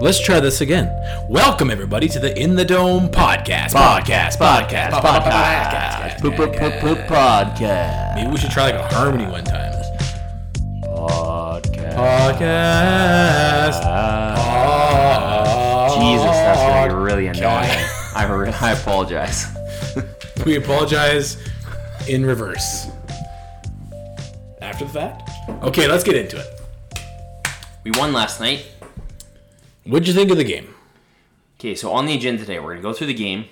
Let's try this again. Welcome everybody to the In the Dome podcast. Podcast, podcast, podcast. Poop, poop, poop, poop, podcast. Maybe we should try like a harmony one time. Podcast. Podcast. Jesus, that's gonna be really annoying. I, re- I apologize. We apologize in reverse. After the fact? Okay, let's get into it. We won last night. What'd you think of the game? Okay, so on the agenda today, we're gonna go through the game.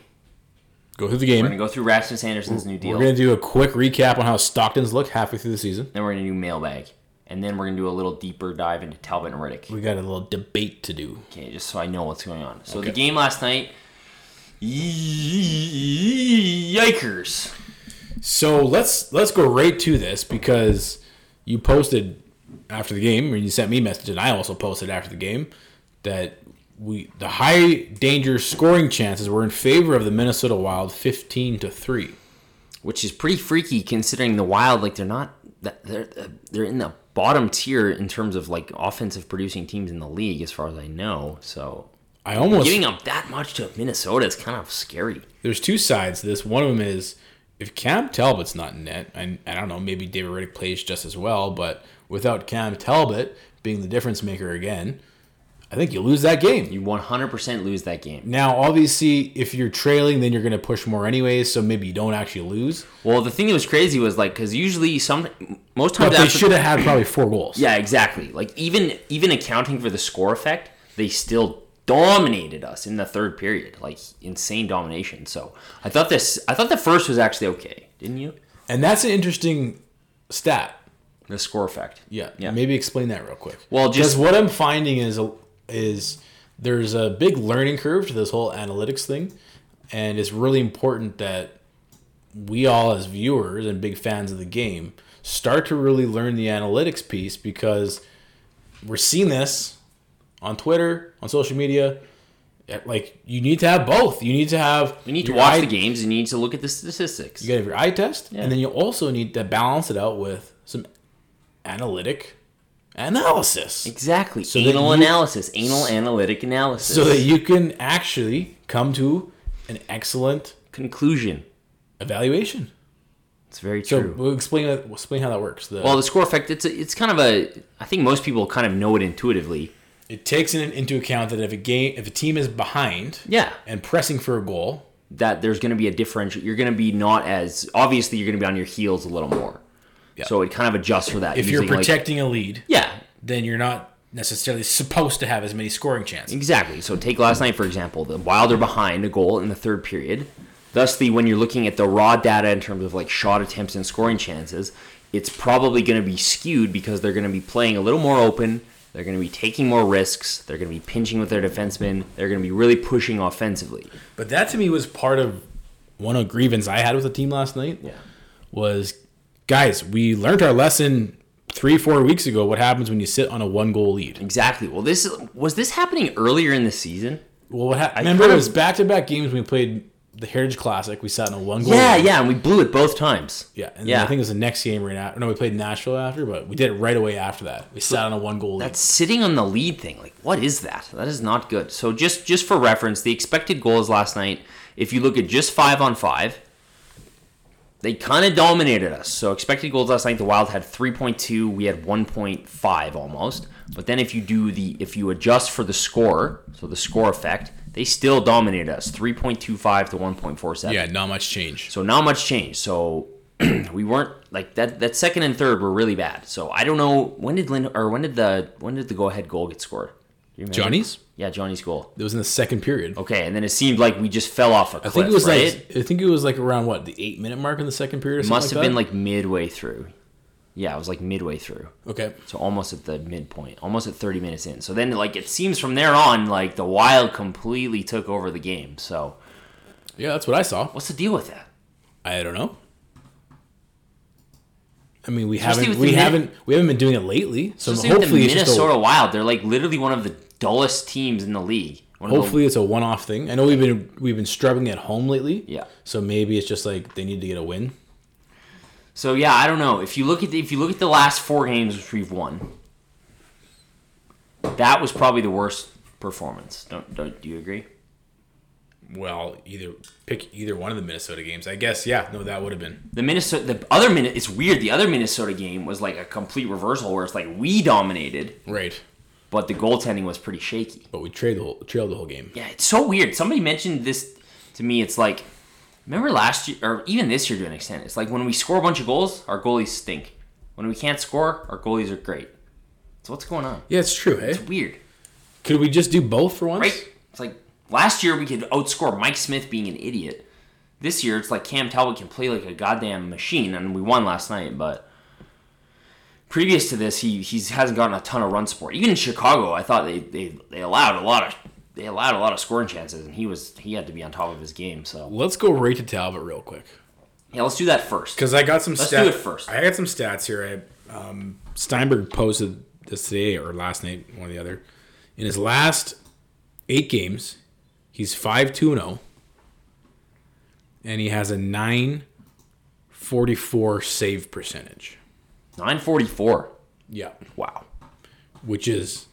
Go through the We're gonna game. go through Rasmus Anderson's new We're deal. going to do a quick recap on how Stockton's looked halfway through the season. Then we're gonna do mailbag, and then we're gonna do a little deeper dive into Talbot and Riddick. We got a little debate to do. Okay, just so I know what's going on. So the game last night. Yikers! So let's let's go right to this because you posted after the game, and you sent me a message, and I also posted after the game that we the high danger scoring chances were in favor of the Minnesota Wild, fifteen to three. which is pretty freaky considering the Wild. Like they're not that they're they're in the bottom tier in terms of like offensive producing teams in the league, as far as I know. So I almost giving up that much to Minnesota is kind of scary. there's two sides to this. One of them is if Cam Talbot's not in net, and I don't know, maybe David Riddick plays just as well, but without Cam Talbot being the difference maker again, I think you lose that game. You 100% lose that game. Now, obviously, if you're trailing, then you're going to push more anyways, so maybe you don't actually lose. Well, the thing that was crazy was like because usually some most But times they after- should have had probably four goals. Yeah, exactly. Like even even accounting for the score effect, they still dominated us in the third period. Like insane domination. So I thought this. I thought the first was actually okay, didn't you? And that's an interesting stat. The score effect. Yeah. Yeah. Maybe explain that real quick. Well, Because just what I'm finding is a, is there's a big learning curve to this whole analytics thing, and it's really important that we all as viewers and big fans of the game start to really learn the analytics piece because we're seeing this on Twitter, on social media. Yeah, Like you need to have both. You need to have You need to your watch eye- the games. You need to look at the statistics. You gotta have your eye test, and then you also need to balance it out with some analytic analysis. exactly. that anal you- analysis. Anal analytic analysis. so that you can actually come to an excellent conclusion. evaluation. It's very So true. we'll explain that, we'll explain how that works. The, well, the score effect. It's a, it's kind of a. I think most people kind of know it intuitively. it takes in, into account that if a game, if a team is behind, Yeah. and pressing for a goal, That there's going to be a differential. You're going to be not as obviously. You're going to be on your heels a little more. So it kind of adjusts for that. if you're using, like- protecting a lead, yeah. then you're not necessarily supposed to have as many scoring chances. Exactly. So take last night for example. The Wild are behind a goal in the third period. Thusly, when you're looking at the raw data in terms of like shot attempts and scoring chances, it's probably going to be skewed because they're going to be playing a little more open. They're going to be taking more risks. They're going to be pinching with their defensemen. They're going to be really pushing offensively. But that to me was part of one of the grievance I had with the team last night. Yeah. was guys, we learned our lesson three, four weeks ago. What happens when you sit on a one goal lead? Exactly. Well, this was this happening earlier in the season. Well, what happened? Remember, kind it of- was back to back games when we played the Heritage Classic. We sat on a one goal. Yeah, yeah, and we blew it both times. yeah. And yeah. I think it was the next game right after. No, we played Nashville after, but we did it right away after that. We sat on a one goal lead. that sitting on the lead thing like what is that that is not good so just just for reference the expected goals last night if you look at just five on five they kind of dominated us so expected goals last night the wild had 3.2 we had 1.5 almost but then if you do the if you adjust for the score so the score effect they still dominated us 3.25 to 1.47 Yeah, not much change. so not much change. So we weren't like that. That second and third were really bad. So I don't know when did Lin or when did the when did the go ahead goal get scored? Do you remember? Johnny's? Yeah, Johnny's goal. It was in the second period. Okay, and then it seemed like we just fell off a Oh, cliff. I think it was right? like I think it was like around what the eight minute mark in the second period. Or something must have like been like midway through. Yeah, it was like midway through. that? okay. So almost at the midpoint, almost at 30 minutes in. So then, like, it seems from there on, like, the Wild completely took over the game. So, Yeah, that's what I saw. what's the deal with that? I don't know. I mean, we Especially haven't with we the Min- haven't we haven't been doing it lately. So Especially with the hopefully it's just a Minnesota Wild, they're like literally one of the dullest teams in the league. One of the- Hopefully it's a one-off thing. I know we've been we've been struggling at home lately. Yeah. So maybe it's just like they need to get a win. So yeah, I don't know. If you look at the, if you look at the last four games which we've won, that was probably the worst performance. Don't, don't do you agree? Well, either pick either one of the Minnesota games. I guess yeah. No, that would have been. The Minnesota, the other minute, it's weird. The other Minnesota game was like a complete reversal, where it's like we dominated, Right. but the goaltending was pretty shaky. But we trailed the whole, trailed the whole game. Yeah, it's so weird. Somebody mentioned this to me. It's like, remember last year, or even this year to an extent. It's like when we score a bunch of goals, our goalies stink. When we can't score, our goalies are great. So what's going on? Yeah, it's true. Hey, It's weird, could we just do both for once? right? It's like last year we could outscore Mike Smith being an idiot. This year it's like Cam Talbot can play like a goddamn machine, and we won last night. But previous to this, he he hasn't gotten a ton of run support. Even in Chicago, I thought they they, they allowed a lot of they allowed a lot of scoring chances, and he was he had to be on top of his game. So Let's go right to Talbot real quick yeah, let's do that first. because I got some. Let's stat- do it first. I got some stats here. I, um, Steinberg posted this today or last night, one or the other. In his last eight games, he's five two zero, and he has a nine forty four save percentage. Nine forty four. Yeah, Wow. which is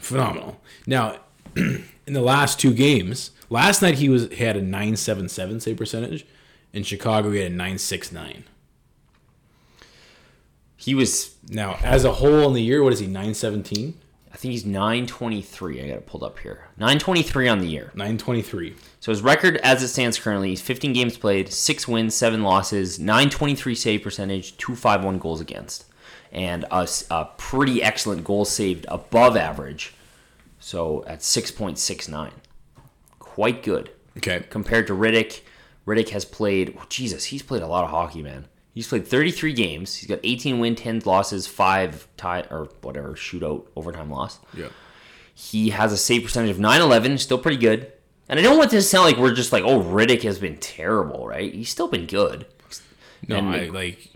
phenomenal. Now, in the last two games, last night he was he had a nine seven seven save percentage. In Chicago, he had a nine six nine. He was. Now, as a whole in the year, what is he? Nine seventeen. I think he's nine twenty three. I got it pulled up here. Nine twenty three on the year. 923. So his record as it stands currently is 15 games played, 6 wins, 7 losses, 923 save percentage, 251 goals against, and a, s- a pretty excellent goal saved above average. So at 6.69. Quite good. Okay. Compared to Riddick, Riddick has played, oh, Jesus, he's played a lot of hockey, man. He's played 33 games. He's got 18 win, 10 losses, 5 tie or whatever, shootout, overtime loss. Yeah. He has a save percentage of 911, still pretty good. And I don't want this to sound like we're just like, oh, Riddick has been terrible, right? He's still been good. No, And- I like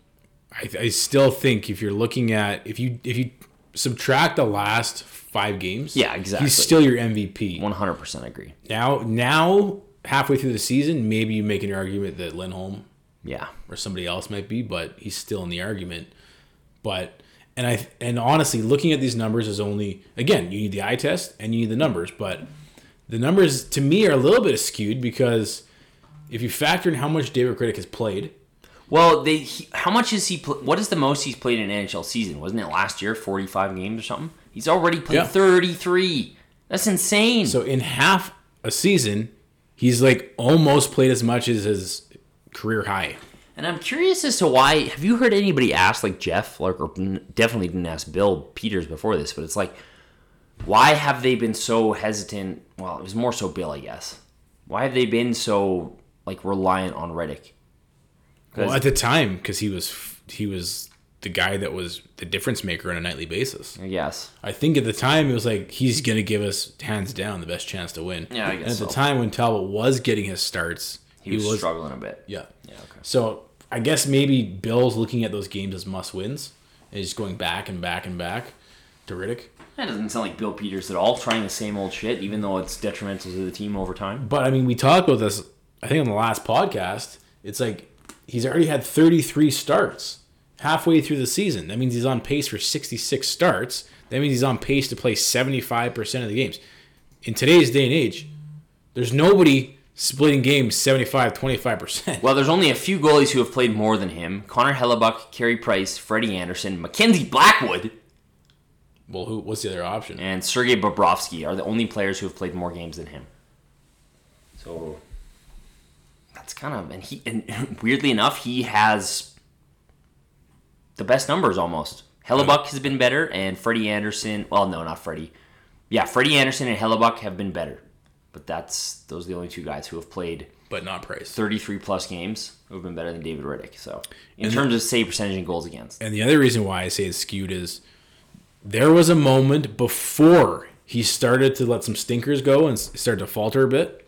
I, I still think if you're looking at if you if you subtract the last 5 games, Yeah, exactly. He's still your MVP. 100% agree. Now now halfway through the season, maybe you make an argument that Lindholm Yeah. or somebody else might be, but he's still in the argument. But and I and honestly, looking at these numbers is only again you need the eye test and you need the numbers, but the numbers to me are a little bit skewed because if you factor in how much David Critic has played, Well, they he, how much is he pl- what is the most he's played in an NHL season? Wasn't it last year 45 games or something? He's already played Yeah. 33. That's insane. so in half a season, he's like almost played as much as his career high. And I'm curious as to why. Have you heard anybody ask, like Jeff, like, or n- definitely didn't ask Bill Peters before this, but it's like, why have they been so hesitant? Well, it was more so Bill, I guess. Why have they been so like reliant on Reddick? Well, at the time, because he was he was the guy that was the difference maker on a nightly basis. I guess. I think at the time it was like he's gonna give us hands down the best chance to win. Yeah, I And guess at the so. time when Talbot was getting his starts, He, was, struggling a bit. Yeah. Yeah, okay. So I guess maybe Bill's looking at those games as must wins and he's going back and back and back to Riddick. That doesn't sound like Bill Peters at all, trying the same old shit, even though it's detrimental to the team over time. But I mean, we talked about this. I think on the last podcast, it's like he's already had 33 starts halfway through the season. That means he's on pace for 66 starts. That means he's on pace to play 75% of the games. In today's day and age, there's nobody splitting games 75 25%. Well, there's only a few goalies who have played more than him Connor Hellebuck, Carey Price, Freddie Anderson, Mackenzie Blackwood, Well, who what's the other option? and Sergei Bobrovsky are the only players who have played more games than him. So that's kind of and he and weirdly enough he has the best numbers almost. Hellebuck has been better and Freddie Anderson. Well, no, not Freddie. Yeah, Freddie Anderson and Hellebuck have been better, but that's those are the only two guys who have played But not Price. 33 plus games who have been better than David Riddick. So in terms of save percentage and goals against, And the other reason why I say it's skewed is there was a moment before he started to let some stinkers go and s- started to falter a bit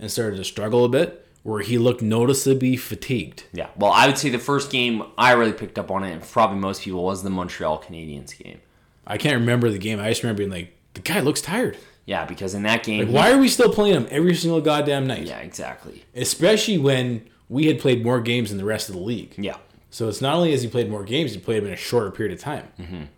and started to struggle a bit where he looked noticeably fatigued. Yeah, well, I would say the first game I really picked up on it, and probably most people, was the Montreal Canadiens game. I can't remember the game. I just remember being like, the guy looks tired. Yeah, because in that game, Why are we still playing him every single goddamn night? yeah, exactly. Especially when we had played more games than the rest of the league. Yeah, So it's not only has he played more games, he played them in a shorter period of time.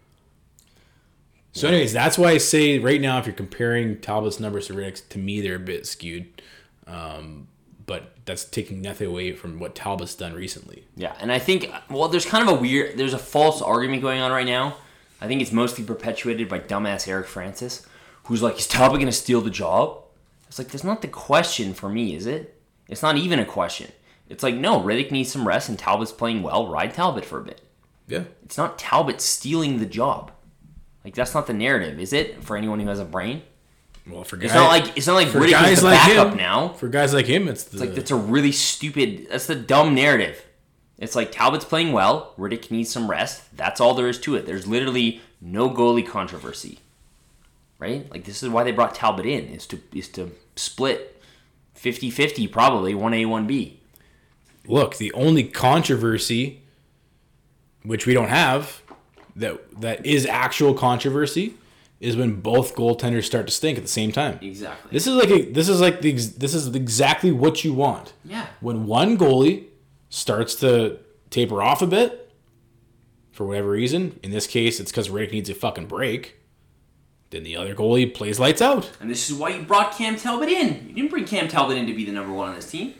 So, anyways, that's why I say right now, if you're comparing Talbot's numbers to Riddick's, to me they're a bit skewed. Um, but that's taking nothing away from what Talbot's done recently. Yeah, and I think well, there's kind of a weird, there's a false argument going on right now. I think it's mostly perpetuated by dumbass Eric Francis, who's like, is Talbot gonna steal the job? It's like that's not the question for me, is it? It's not even a question. It's like no, Riddick needs some rest, and Talbot's playing well. Ride Talbot for a bit. Yeah. It's not Talbot stealing the job. Like that's not the narrative, is it? For anyone who has a brain, Well, for guys, it's not like it's not like for Riddick guys is the like backup him now. For guys like him, it's the It's like that's a really stupid. That's the dumb narrative. It's like Talbot's playing well. Riddick needs some rest. That's all there is to it. There's literally no goalie controversy, right? Like this is why they brought Talbot in is to is to split 50-50 probably one A one B. look. The only controversy, which we don't have, that that is actual controversy, is when both goaltenders start to stink at the same time. Exactly. This is like a, this is like the ex- this is exactly what you want. Yeah. When one goalie starts to taper off a bit for whatever reason, in this case it's because Riddick needs a fucking break, then the other goalie plays lights out. And this is why you brought Cam Talbot in. You didn't bring Cam Talbot in to be the number one on this team.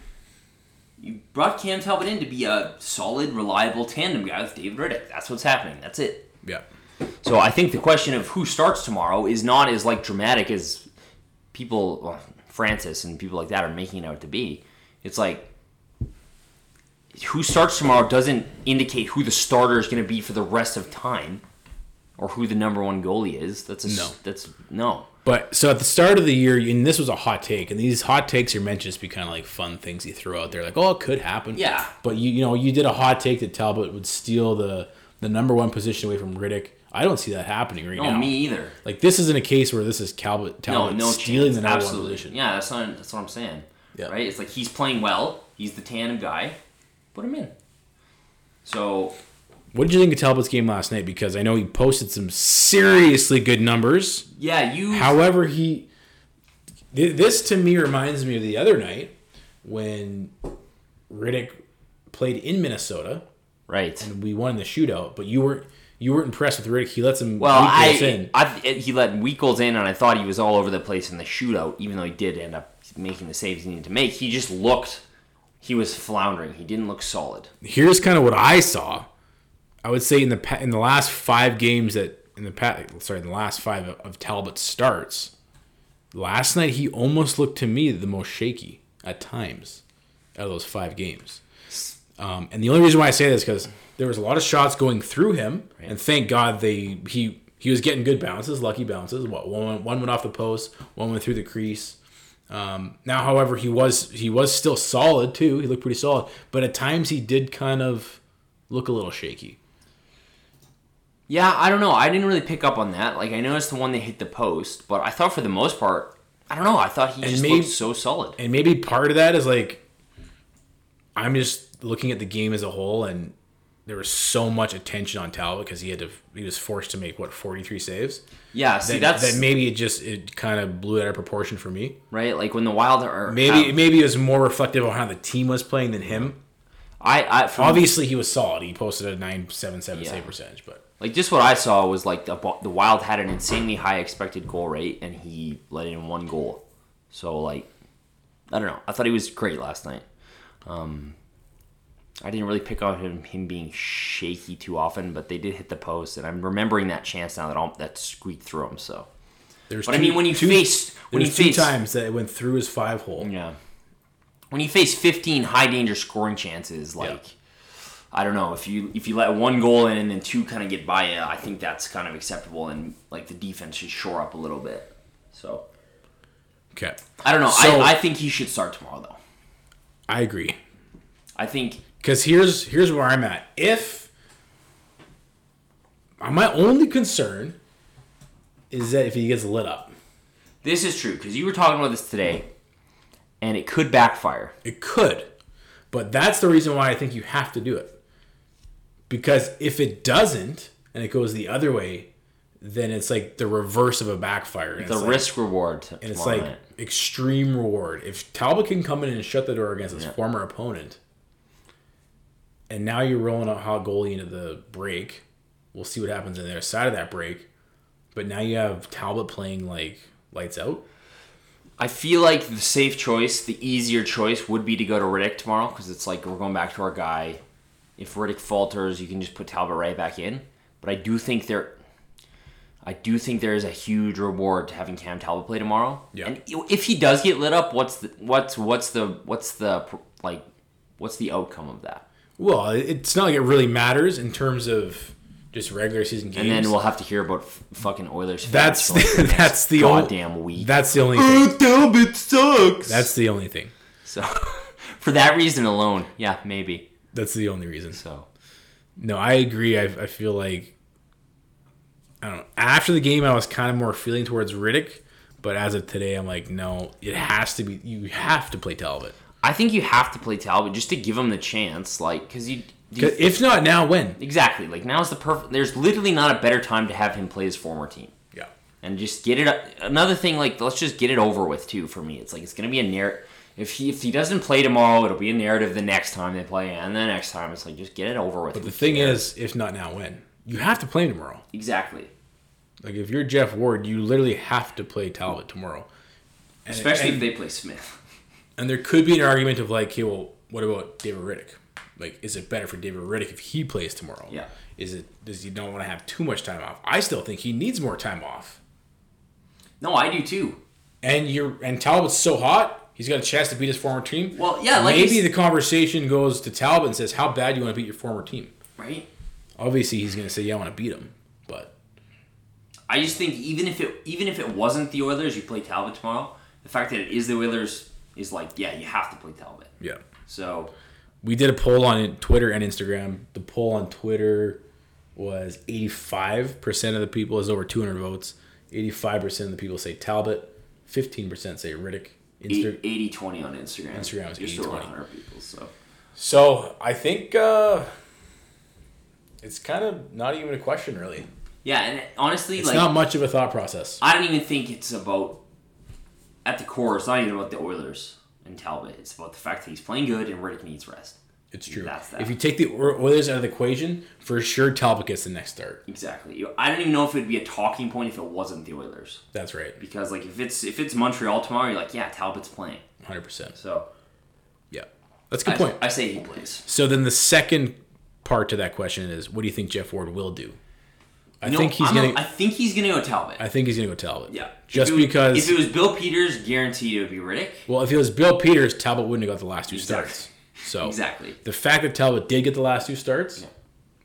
You brought Cam Talbot in to be a solid, reliable tandem guy with David Riddick. That's what's happening. That's it. Yeah. So I think the question of who starts tomorrow is not as like dramatic as people, well, Francis and people like that are making it out to be. It's like who starts tomorrow doesn't indicate who the starter is going to be for the rest of time, or who the number one goalie is. That's a, s- No. That's no. But so at the start of the year, and this was a hot take, and these hot takes are meant to just be kind of like fun things you throw out there, like oh it could happen. Yeah. But you you know you did a hot take that Talbot would steal the the number one position away from Riddick. I don't see that happening right No, now. me either. Like this isn't a case where this is Talbot, No, Talbot no stealing chance. the number Absolutely. one position. Yeah, that's not, that's what I'm saying. Yeah. Right? It's like he's playing well. He's the tandem guy. Put him in. So What did you think of Talbot's game last night? Because I know he posted some seriously good numbers. yeah, you. However, he th- this to me reminds me of the other night when Riddick played in Minnesota right. and we won the shootout, but you weren't you weren't impressed with Riddick. He lets him Well, weak I, goals in. I he let Weekles in, and I thought he was all over the place in the shootout. Even though he did end up making the saves he needed to make, he just looked he was floundering. He didn't look solid. here's kind of what I saw. I would say in the pa- in the last five games that in the pa- sorry in the last five of, of Talbot's starts, last night he almost looked to me the most shaky at times out of those five games. Um, and the only reason why I say this because there was a lot of shots going through him, and thank God they he he was getting good bounces, lucky bounces. What one one went off the post, one went through the crease. Um, now, however, he was he was still solid too. He looked pretty solid, but at times he did kind of look a little shaky. Yeah, I don't know. I didn't really pick up on that. Like I noticed the one that hit the post, but I thought for the most part, I don't know. I thought he just maybe- looked so solid. And maybe part of that is like I'm just looking at the game as a whole, and there was so much attention on Talbot because he had to he was forced to make what 43 saves. Yeah, see That, that's that maybe it just it kind of blew out of proportion for me. right. Like when the Wild are Maybe have- maybe it was more reflective on how the team was playing than him. I I from Obviously, he was solid. He posted a 977 Yeah. save percentage, but Like just what I saw was like the, the Wild had an insanely high expected goal rate, and he let in one goal. So like, I don't know. I thought he was great last night. Um, I didn't really pick on him him being shaky too often, but they did hit the post, and I'm remembering that chance now that all, that squeaked through him. So, there's. but I mean, when you face when you there's two face times that it went through his five hole. yeah. When you face 15 high danger scoring chances, like I don't know if you if you let one goal in and then two kind of get by you, I think that's kind of acceptable and like the defense should shore up a little bit. So Okay, I don't know. So- I, I think he should start tomorrow though. I agree. I think Because here's here's where I'm at. If my only concern is that if he gets lit up, this is true because you were talking about this today, and it could backfire. it could. But that's the reason why I think you have to do it. Because if it doesn't and it goes the other way, then it's like the reverse of a backfire. And The it's like- risk reward t- and it's tomorrow like night. extreme reward. If Talbot can come in and shut the door against his former opponent, and now you're rolling a hot goalie into the break, we'll see what happens on the other side of that break. But now you have Talbot playing like lights out. I feel like the safe choice, the easier choice, would be to go to Riddick tomorrow because it's like we're going back to our guy. If Riddick falters, you can just put Talbot right back in. But I do think there, I do think there is a huge reward to having Cam Talbot play tomorrow. Yeah. And if he does get lit up, what's the what's what's the what's the like what's the outcome of that? Well, it's not like it really matters in terms of just regular season games. And then we'll have to hear about f- fucking Oilers. fans that's for, like, the, next that's the only- goddamn week. That's the only thing. Talbot sucks. That's the only thing. so. For that reason alone, yeah, maybe. That's the only reason. So No, I agree. I, I feel like I don't know. After the game, I was kind of more feeling towards Riddick, but as of today, I'm like, no, it has to be. You have to play Talbot. I think you have to play Talbot just to give him the chance, like, because you, do you- 'Cause If not now, when? exactly like now's the perfect. There's literally not a better time to have him play his former team Yeah. and just get it. up- Another thing, like, let's just get it over with too. For me, it's like it's gonna be a narrative. If he if he doesn't play tomorrow, it'll be a narrative the next time they play, and the next time it's like just get it over with. The thing is, if not now, when? You have to play him tomorrow. exactly, Like if you're Jeff Ward, you literally have to play Talbot tomorrow. And, especially and, if they play Smith. and there could be an argument of like, okay, well, what about David Riddick? Like, is it better for David Riddick if he plays tomorrow? Yeah. Is it does he don't want to have too much time off? I still think he needs more time off. No, I do too. and you're and Talbot's so hot, he's got a chance to beat his former team. Well, yeah, like maybe he's- the conversation goes to Talbot and says, "How bad you want to beat your former team?" Right. Obviously, he's going to say, "Yeah, I want to beat him," but I just think even if it even if it wasn't the Oilers, you play Talbot tomorrow. The fact that it is the Oilers is like, yeah, you have to play Talbot. yeah, So we did a poll on Twitter and Instagram. The poll on Twitter was 85 percent of the people is over 200 votes. 85 percent of the people say Talbot. 15 percent say Riddick. E Insta- 80 20 on Instagram. Instagram is Just over 80-20. 100 people. So so I think uh, it's kind of not even a question, really. yeah, and honestly, It's like not much of a thought process. I don't even think it's about at the core. It's not even about the Oilers and Talbot. It's about the fact that he's playing good and Riddick needs rest. It's true. That's that. If you take the Oil- Oilers out of the equation, for sure Talbot gets the next start. Exactly. You- I don't even know if it'd be a talking point if it wasn't the Oilers That's right, because like if it's if it's Montreal tomorrow, you're like, yeah, Talbot's playing. hundred percent. So Yeah, that's a I, good point. I say he plays. so then the second part to that question is, what do you think Jeff Ward will do? I No, think he's I'm a- gonna. I I think he's gonna go Talbot. think he's gonna go Talbot. yeah. Just If it was- because. if it was Bill Peters, guaranteed it would be Riddick. well, if it was Bill Peters, Talbot wouldn't have got the last two Exactly. starts. So Exactly. the fact that Talbot did get the last two starts,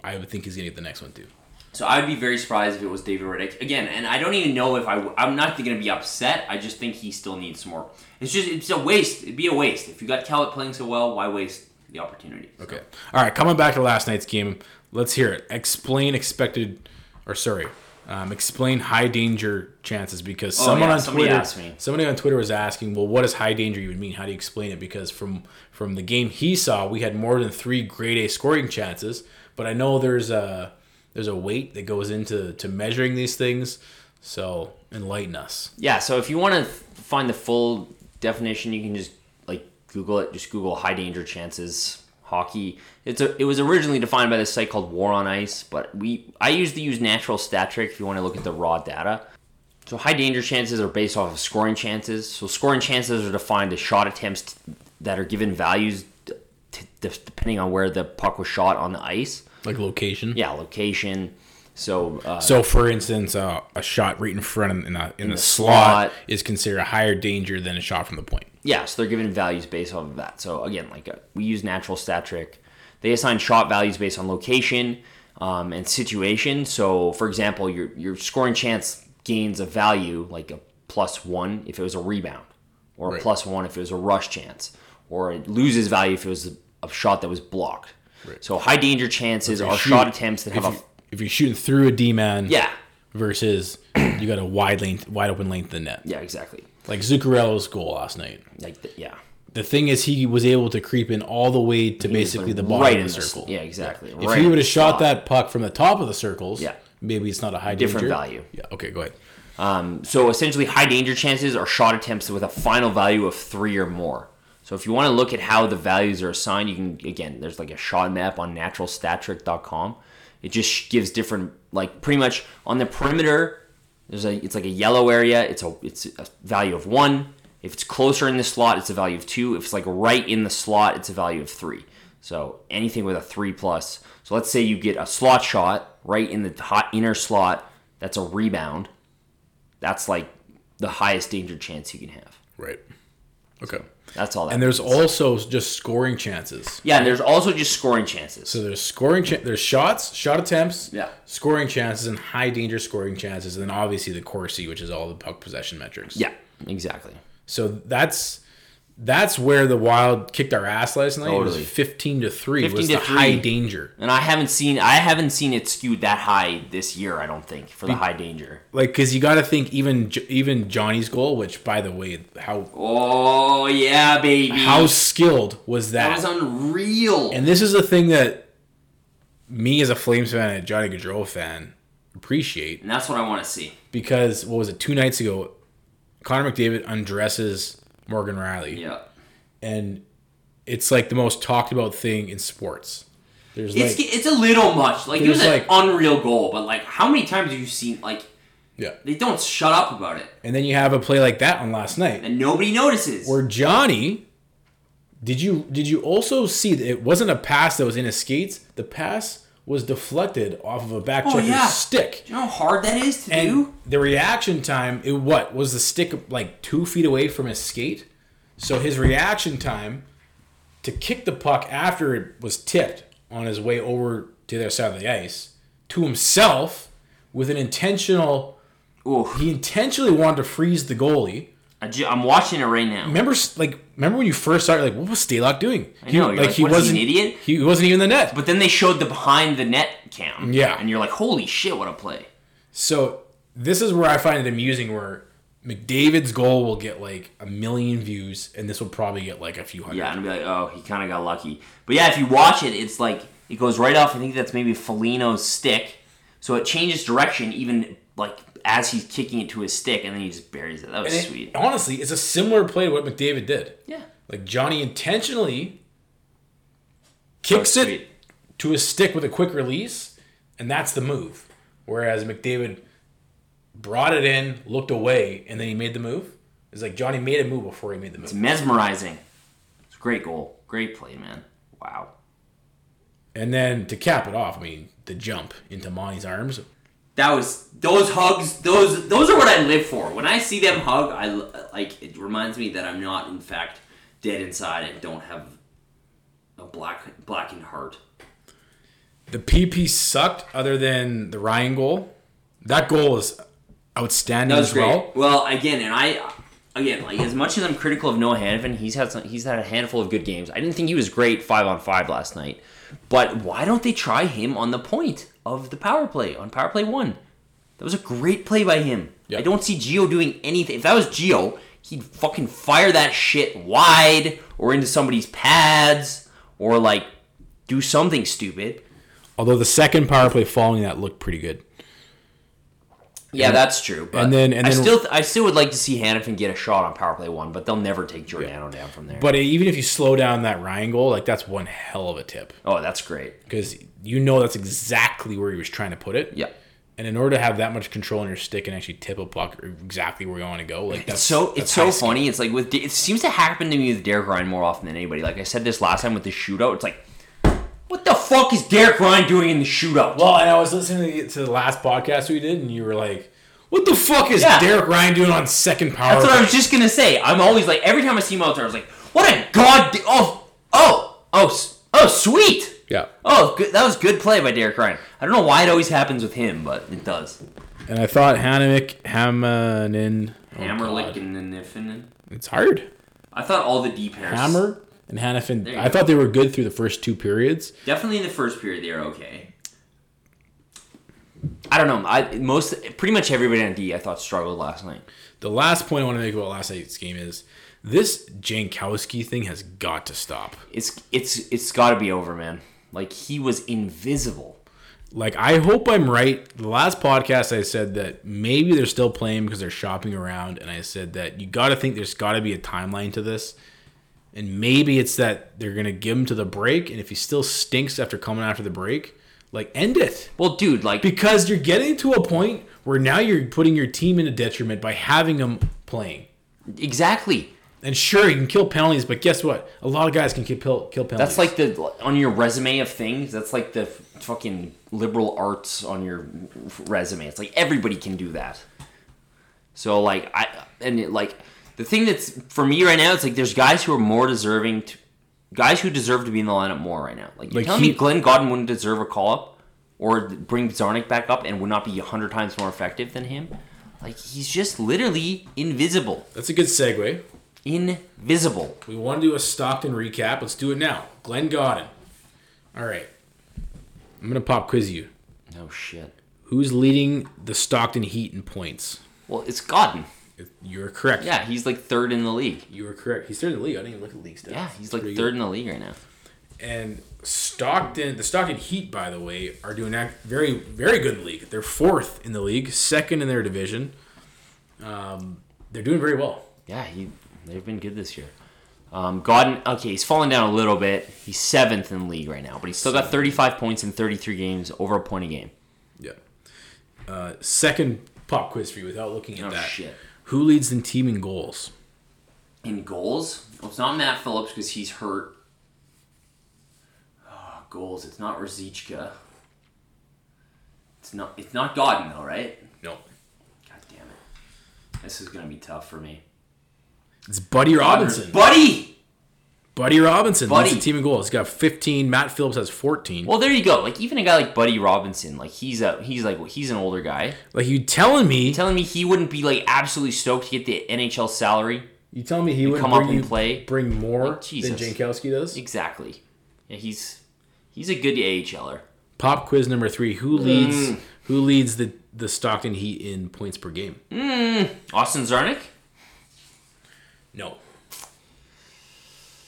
I would think he's gonna get the next one too. So I would be very surprised if it was David Riddick again. And I don't even know if I. w- I'm not going to be upset. I just think he still needs some more. It's just it's a waste. It'd be a waste if you got Talbot playing so well. Why waste the opportunity? So- Okay. All right. Coming back to last night's game, let's hear it. Explain expected, or sorry, um, explain high danger chances because someone Oh, yeah, on somebody Twitter, asked me. somebody on Twitter was asking, well, what does high danger even mean? How do you explain it? Because from from the game he saw, we had more than three grade A scoring chances, but I know there's a there's a weight that goes into to measuring these things. So enlighten us. Yeah. So if you want to find the full definition, you can just like Google it. Just Google high danger chances hockey. It's a, it was originally defined by this site called War on Ice, but we I usually use Natural Stat Trick if you want to look at the raw data. So high danger chances are based off of scoring chances. So scoring chances are defined as shot attempts t- that are given values d- t- d- depending on where the puck was shot on the ice. Like location. Yeah, location. So uh, So, for instance, uh, a shot right in front of, in, a, in, the, slot, slot. is considered a higher danger than a shot from the point. yeah, so they're given values based off of that. So again, like uh, we use natural stat trick. They assign shot values based on location um, and situation. So for example, your your scoring chance gains a value like a plus one if it was a rebound, or Right. a plus one if it was a rush chance, or it loses value if it was a, a shot that was blocked. Right. So high danger chances you are shoot- shot attempts that have a If, you, if you're shooting through a D man, yeah versus you got a wide lane, wide open lane to the net, yeah exactly like Zuccarello's goal last night. like th- yeah The thing is, he was able to creep in all the way to basically the bottom right in of the the s- circle. yeah exactly If right he in would the have shot slot. that puck from the top of the circles, Yeah. maybe it's not a high Different danger. value. Yeah. Okay. Go ahead. Um, so essentially, high danger chances are shot attempts with a final value of three or more. So if you want to look at how the values are assigned, you can again, there's like a shot map on naturalstattrick.com. It just gives different, like pretty much on the perimeter, There's a it's like a yellow area. It's a it's a value of one. If it's closer in the slot, it's a value of two. If it's like right in the slot, it's a value of three. So anything with a three plus. So let's say you get a slot shot right in the hot inner slot. That's a rebound. That's like the highest danger chance you can have. Right. Okay. That's all. That And there's means. also just scoring chances. yeah, and there's also just scoring chances. So there's scoring, cha- there's shots, shot attempts, Yeah. scoring chances, and high danger scoring chances, and then obviously the Corsi, which is all the puck possession metrics. Yeah, exactly. So that's that's where the Wild kicked our ass last night. It Totally. was fifteen to three. 15 was to the three. high danger. And I haven't seen I haven't seen it skewed that high this year. I don't think for the high danger. Like, cause you got to think even J- even Johnny's goal, which by the way, how Oh yeah, baby. how skilled was that? that was unreal. and this is the thing that me as a Flames fan and a Johnny Gaudreau fan appreciate And that's what I want to see. because what was it two nights ago, Connor McDavid undresses Morgan Riley, Yeah. and it's like the most talked about thing in sports. There's It's, like it's a little much. Like it was an There's like- unreal goal, but like how many times have you seen like yeah, they don't shut up about it and then you have a play like that on last night. and nobody notices. where Johnny did you did you also see that it wasn't a pass that was in his skates? The pass was deflected off of a back checker's Oh, yeah. stick. Do you know how hard that is to And do? the reaction time, it what was the stick like two feet away from his skate? So his reaction time to kick the puck after it was tipped on his way over to the other side of the ice to himself with an intentional Ooh, he intentionally wanted to freeze the goalie. I ju- I'm watching it right now. remember like remember when you first started like what was Stalock doing? I know, you're like, what, is he an idiot? He wasn't even in the net. But then they showed the behind the net cam. Yeah. And you're like, holy shit, what a play. So this is where I find it amusing where McDavid's goal will get like a million views and this will probably get like a few hundred. Yeah, and be like, oh, he kind of got lucky. But yeah, if you watch it, it's like it goes right off. I think that's maybe Felino's stick, so it changes direction even like as he's kicking it to his stick, and then he just buries it. That was And it- sweet. honestly, it's a similar play to what McDavid did. yeah, Like Johnny intentionally That was kicks it sweet. to his stick with a quick release, and that's the move. Whereas McDavid brought it in, looked away, and then he made the move. It's like Johnny made a move before he made the move. It's mesmerizing. It's a great goal, great play, man. Wow. And then to cap it off, I mean, the jump into Monty's arms. That was those hugs. Those those are what I live for. When I see them hug, I l- like it reminds me that I'm not in fact dead inside and don't have a black blackened heart. The PP sucked, other than the Ryan goal. That goal was outstanding That was as great. well. Well, again, and I, again, like as much as I'm critical of Noah Hannafin, he's had some, he's had a handful of good games. I didn't think he was great five on five last night, but why don't they try him on the point of the power play on power play one? That was a great play by him. Yeah. I don't see Gio doing anything. If that was Gio, he'd fucking fire that shit wide or into somebody's pads or like do something stupid. Although the second power play following that looked pretty good. Yeah, that's true. But and then- and I then- still I still would like to see Hannafin get a shot on power play one, but they'll never take Giordano down from there. But even if you slow down that Ryan goal, like that's one hell of a tip oh, that's great. because you know that's exactly where he was trying to put it. Yeah. And in order to have that much control on your stick and actually tip a puck exactly where you want to go, like that's So that's it's so high skill. funny. It's like with it seems to happen to me with Derek Ryan more often than anybody. Like I said this last time with the shootout, it's like, what the fuck is Derek Ryan doing in the shootout? Well, and I was listening to the, to the last podcast we did, and you were like, "What the fuck is Yeah. Derek Ryan doing on second power?" That's what I play?" was just gonna say. I'm always like, every time I see him out there, I was like, what a god! Oh, oh, oh, s- oh, sweet. Yeah. Oh, good. that was good play by Derek Ryan. I don't know why it always happens with him, but it does. And I thought Hanukkah, Hammanin. Oh, Hammer God. licking and niffin. It's hard. I thought all the D pairs. Hammer and Hannafin. There you I go. thought they were good through the first two periods. Definitely in the first period, they are okay. I don't know. I most pretty much everybody on D I thought struggled last night. The last point I want to make about last night's game is this Jankowski thing has got to stop. It's it's it's got to be over, man. Like he was invisible. Like, I hope I'm right. The last podcast, I said that maybe they're still playing because they're shopping around. And I said that you got to think there's got to be a timeline to this. And maybe it's that they're going to give him to the break. And if he still stinks after coming after the break, Like end it Well, dude, like because you're getting to a point where now you're putting your team in a detriment by having them playing. exactly. And sure, you can kill penalties, but guess what? A lot of guys can kill kill penalties. That's like the on your resume of things. That's like the fucking liberal arts on your resume. It's like everybody can do that. So like I and it, like the thing that's for me right now, it's like there's guys who are more deserving, to, guys who deserve to be in the lineup more right now. Like you Like telling he- me Glenn Godwin wouldn't deserve a call up or bring Zarnik back up and would not be hundred times more effective than him. Like he's just literally invisible, that's a good segue. invisible. We want to do a Stockton recap. Let's do it now. Glenn Godden. All right. I'm gonna pop quiz you. No shit. Who's leading the Stockton Heat in points? Well, it's Godwin. You're correct. Yeah, he's like third in the league. You were correct. He's third in the league. I didn't even look at league stats. Yeah, he's like Pretty good. third in the league right now. And Stockton, the Stockton Heat, by the way, are doing act- very, very good in the league. They're fourth in the league, second in their division. Um, they're doing very well. Yeah, he they've been good this year. Um, Godin, okay, he's fallen down a little bit. He's seventh in the league right now, but he's still got 35 points in 33 games, over a point a game. Yeah. Uh, second pop quiz for you without looking at Oh, that. shit. Who leads the team in goals? In goals, well, it's not Matt Phillips because he's hurt. Oh, goals, it's not Rosichka. It's not. It's not Godin though, right? No. God damn it! This is gonna be tough for me. It's Buddy Robinson. buddy. Buddy Robinson Buddy. leads the team in goals. He's got 15. Matt Phillips has 14. Well, there you go. Like even a guy like Buddy Robinson, like he's a he's like well, he's an older guy. Like you telling me? You telling me he wouldn't be like absolutely stoked to get the NHL salary? you telling me he would come bring up and you- play? bring more Like, Jesus. than Jankowski does? Exactly. Yeah, he's he's a er. good AHLer. Pop quiz number three: Who leads? Mm. Who leads the the Stockton Heat in points per game? Austin Zarnik? No.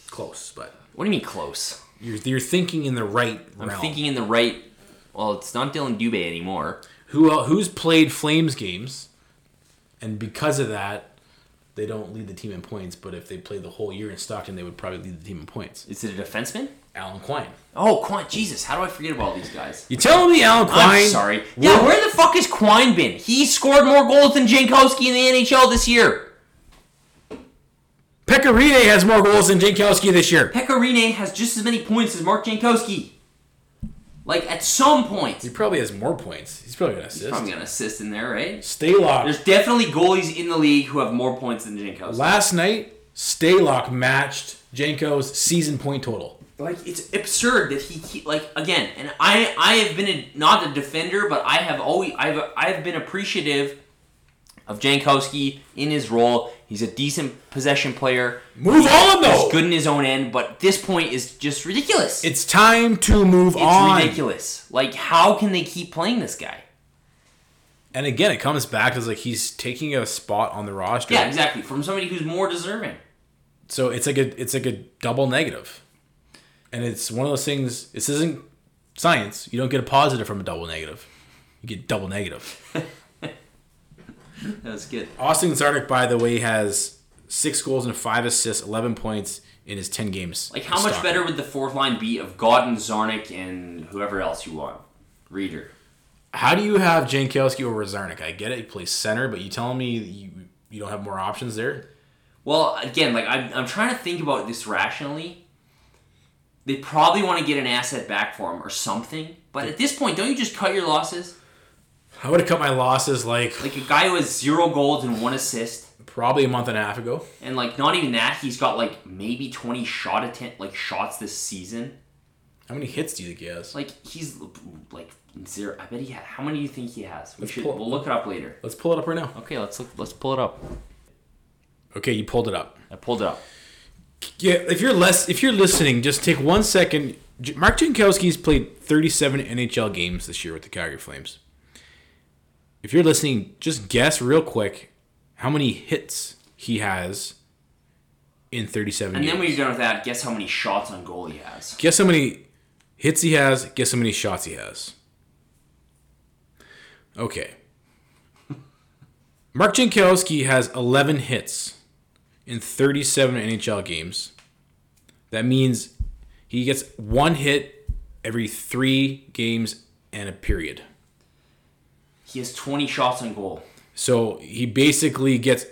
Close, but What do you mean close? you're you're thinking in the right I'm realm. thinking in the right. Well, it's not Dylan Dubé anymore. Who el- who's played Flames games, and because of that, they don't lead the team in points. But if they played the whole year in Stockton, they would probably lead the team in points. Is it a defenseman? Alan Quine. Oh, Quine. Jesus, how do I forget about all these guys? You telling me Alan Quine? I'm sorry. Yeah, where the fuck has Quine been? He scored more goals than Jankowski in the NHL this year. Pecorine has more goals than Jankowski this year. Pecorine has just as many points as Mark Jankowski. Like, at some point, He probably has more points. He's probably gonna assist. I'm gonna assist in there, right? Staylock. There's definitely goalies in the league who have more points than Jankowski. Last night, Staylock matched Janko's season point total. Like it's absurd that he keep, like again, and I I have been a, not a defender, but I have always I've I've been appreciative of Jankowski in his role. He's a decent possession player. Move on, though. He's good in his own end, but this point is just ridiculous. It's time to move It's on. ridiculous. Like how can they keep playing this guy? And again, it comes back as like he's taking a spot on the roster. Yeah, exactly. From somebody who's more deserving. So it's like a it's like a double negative. And it's one of those things. This isn't science. You don't get a positive from a double negative. You get double negative. That's good. Austin Zarnik, by the way, has six goals and five assists, eleven points in his ten games. Like how in much Stockton. better would the fourth line be of Godin, Zarnik, and whoever else you want? Reader. How do you have Jankowski over Zarnik? I get it. He plays center, but you telling me you you don't have more options there? Well, again, like I'm, I'm trying to think about this rationally. They probably want to get an asset back for him or something. But at this point, don't you just cut your losses? I would have cut my losses like Like a guy who has zero goals and one assist, probably a month and a half ago. and like not even that, he's got like maybe twenty shot attempt like shots this season. How many hits do you think he has? Like he's like zero. I bet he had. How many do you think he has? We Let's should. pull- We'll look it up later. Let's pull it up right now. Okay, let's look, let's pull it up. Okay, you pulled it up. I pulled it up. Yeah, if you're less, if you're listening, just take one second. J- Mark Jankowski's played 37 NHL games this year with the Calgary Flames. If you're listening, just guess real quick how many hits he has in 37 And games. then when you're done with that, guess how many shots on goal he has? Guess how many hits he has. Guess how many shots he has. Okay. Mark Jankowski has 11 hits in 37 NHL games. That means he gets one hit every three games and a period. He has 20 shots on goal. So he basically gets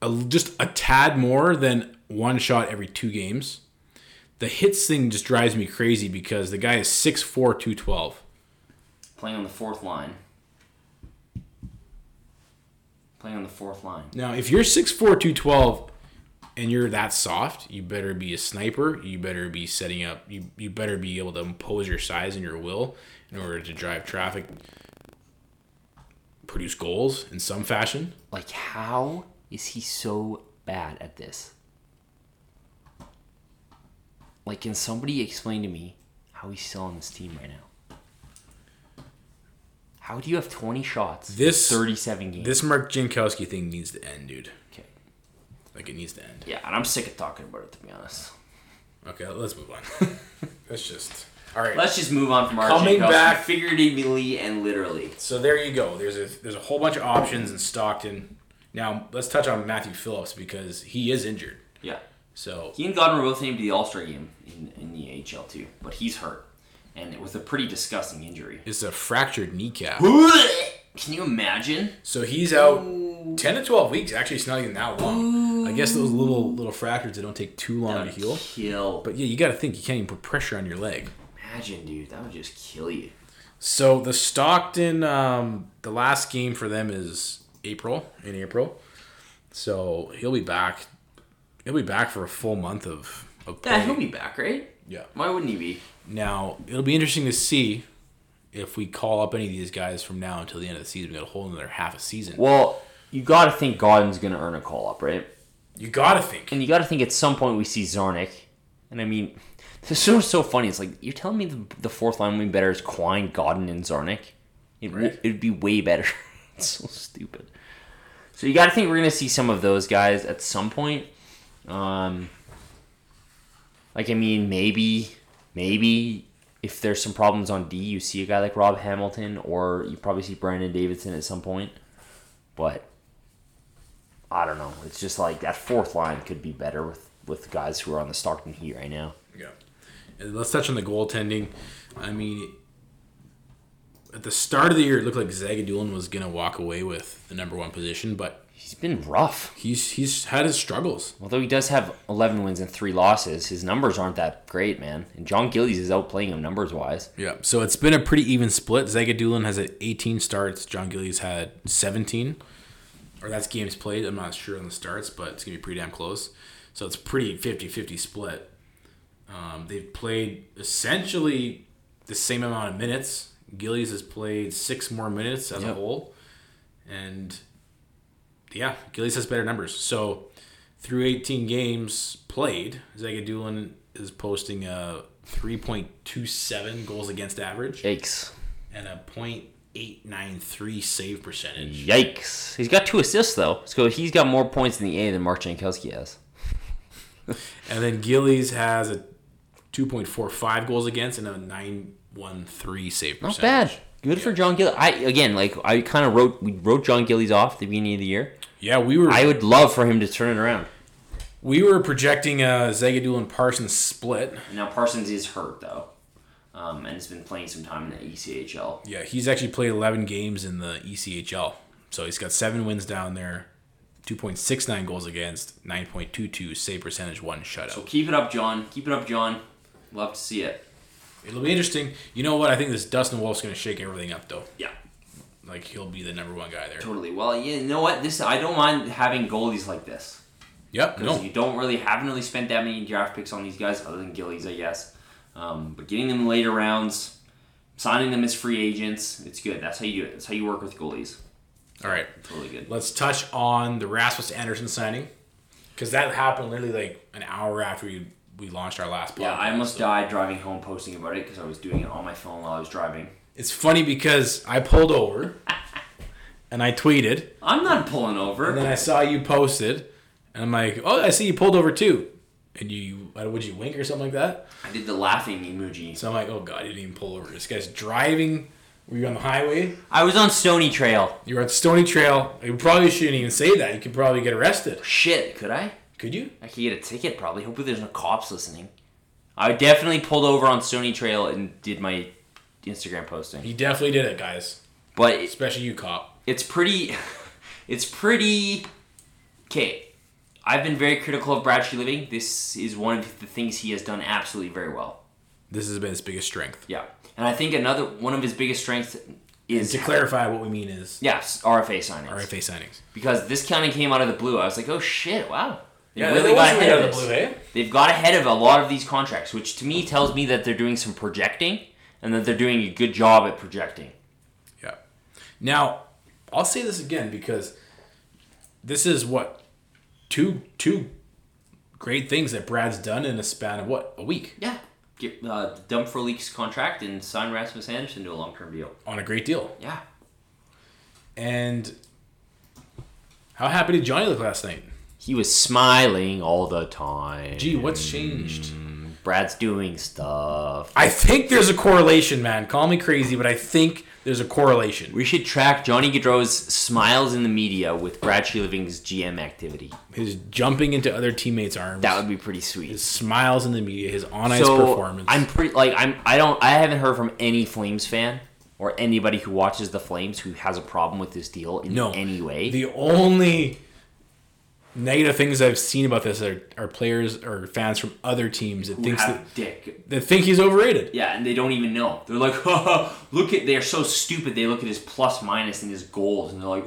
a, just a tad more than one shot every two games. The hits thing just drives me crazy because the guy is 6'4, 212. Playing on the fourth line. Playing on the fourth line. Now, if you're 6'4, 212, and you're that soft, you better be a sniper. You better be setting up. You, you better be able to impose your size and your will in order to drive traffic, produce goals in some fashion. Like, how is he so bad at this? Like, can somebody explain to me how he's still on this team right now? How do you have 20 shots? in This- 37 games. This Mark Jankowski thing needs to end, dude. okay. Like it needs to end. Yeah, and I'm sick of talking about it, to be honest. Okay, let's move on. Let's just. All right. Let's just move on from our Coming back- figuratively and literally. so there you go. There's a there's a whole bunch of options in Stockton. Now let's touch on Matthew Phillips because he is injured. Yeah. So He and Godwin were both named to the All Star game in, in the AHL too, but he's hurt, and it was a pretty disgusting injury. it's a fractured kneecap. Can you imagine? So he's out ten to twelve weeks. Actually, it's not even that long. I guess those little little fractures they don't take too long to That would heal. kill. But yeah, you got to think you can't even put pressure on your leg. Imagine, dude, that would just kill you. So the Stockton, um, the last game for them is April in April. So he'll be back. He'll be back for a full month of of Yeah, play. he'll be back, right? Yeah. Why wouldn't he be? Now it'll be interesting to see if we call up any of these guys from now until the end of the season. We got a whole another half a season. Well, you got to think Godwin's going to earn a call up, right? you gotta think. And you got to think at some point we see Zarnik, and I mean, this is so, so funny. It's like you're telling me the, the fourth line would be better is Quine, Godin, and Zarnik. It w it'd be way better. it's so stupid. So you got to think we're gonna see some of those guys at some point. Um, like I mean, maybe, maybe if there's some problems on D, you see a guy like Rob Hamilton, or you probably see Brandon Davidson at some point. But I don't know. It's just like that fourth line could be better with with guys who are on the Stockton Heat right now. Yeah. And let's touch on the goaltending. I mean, at the start of the year, it looked like Zagadulin was gonna walk away with the number one position, but He's been rough. he's he's had his struggles. Although he does have 11 wins and 3 losses, his numbers aren't that great, man. And John Gillies is outplaying him numbers wise. Yeah, so it's been a pretty even split. Zagadulin has had 18 starts. John Gillies had 17, or that's games played. I'm not sure on the starts, but it's gonna be pretty damn close. So it's pretty 50-50 split. Um, they've played essentially the same amount of minutes. Gillies has played six more minutes as a Yep. whole, and yeah, Gillies has better numbers. So through 18 games played, Zagadulin is posting a 3.27 goals against average Yikes. and a .893 save percentage. Yikes. He's got two assists, though. So he's got more points in the A than Mark Jankowski has. And then Gillies has a 2.45 goals against and a 913 save Not percentage. bad. Good for John Gillies. I again, like I kind of wrote, we wrote John Gillies off at the beginning of the year. Yeah, we were I would love for him to turn it around. we were projecting a Zagadulin Parsons split. Now Parsons is hurt though, um, and has been playing some time in the ECHL. Yeah, he's actually played 11 games in the E ECHL. So he's got seven wins down there, 2.69 goals against, 9.22 save percentage, one shutout. So keep it up, John. Keep it up, John. Love to see it. It'll be interesting. You know what? I think this Dustin Wolf's going to shake everything up, though. Yeah, Like, he'll be the number one guy there. totally. Well, you know what? This I don't mind having goalies like this Yep, because no. you don't really haven't really spent that many draft picks on these guys other than Gillies, I guess. Um, but getting them in later rounds, signing them as free agents, it's good. That's how you do it. That's how you work with goalies. All right. Totally good. Let's touch on the Rasmus Anderson signing. Because that happened literally like an hour after we, we launched our last podcast. Yeah, I almost died driving home posting about it because I was doing it on my phone while I was driving. It's funny because I pulled over and I tweeted. I'm not pulling over. And then I saw you posted, and I'm like, oh, I see you pulled over too. And you, you uh, would you wink or something like that? I did the laughing emoji. So I'm like, oh god, you didn't even pull over. This guy's driving. Were you on the highway? I was on Stony Trail. You were at Stony Trail. You probably shouldn't even say that. You could probably get arrested. Shit, could I? Could you? I could get a ticket probably. Hopefully there's no cops listening. I definitely pulled over on Stony Trail and did my Instagram posting. He definitely did it, guys. But it- Especially you, cop. it's pretty it's pretty okay i've been very critical of brad living this is one of the things he has done absolutely very well This has been his biggest strength. yeah and i think another one of his biggest strengths And is to clarify, what we mean is yes rfa signings RFA signings. because this counting came out of the blue i was like oh shit wow they Yeah, that really got was ahead weird of out of the this. blue, eh? they've got ahead of a lot of these contracts which to me tells me that they're doing some projecting and that they're doing a good job at projecting Yeah. Now, I'll say this again because this is what two two great things that Brad's done in a span of what a week yeah Get, uh, dump for leaks contract and sign rasmus anderson to a long-term deal on a great deal. yeah And how happy did Johnny look last night? He was smiling all the time. Gee, what's changed? Brad's doing stuff. I think there's a correlation, man. Call me crazy, but I think there's a correlation. We should track Johnny Gaudreau's smiles in the media with Brad Living's GM activity. His jumping into other teammates' arms, That would be pretty sweet. his smiles in the media, his on ice So performance. I'm pretty like I'm I don't I haven't heard from any Flames fan or anybody who watches the Flames who has a problem with this deal in No. any way. The only negative things I've seen about this are, are players or fans from other teams that Who thinks have that, dick. that think he's overrated. Yeah, and they don't even know. They're like, look at they're so stupid. They look at his plus minus and his goals and they're like,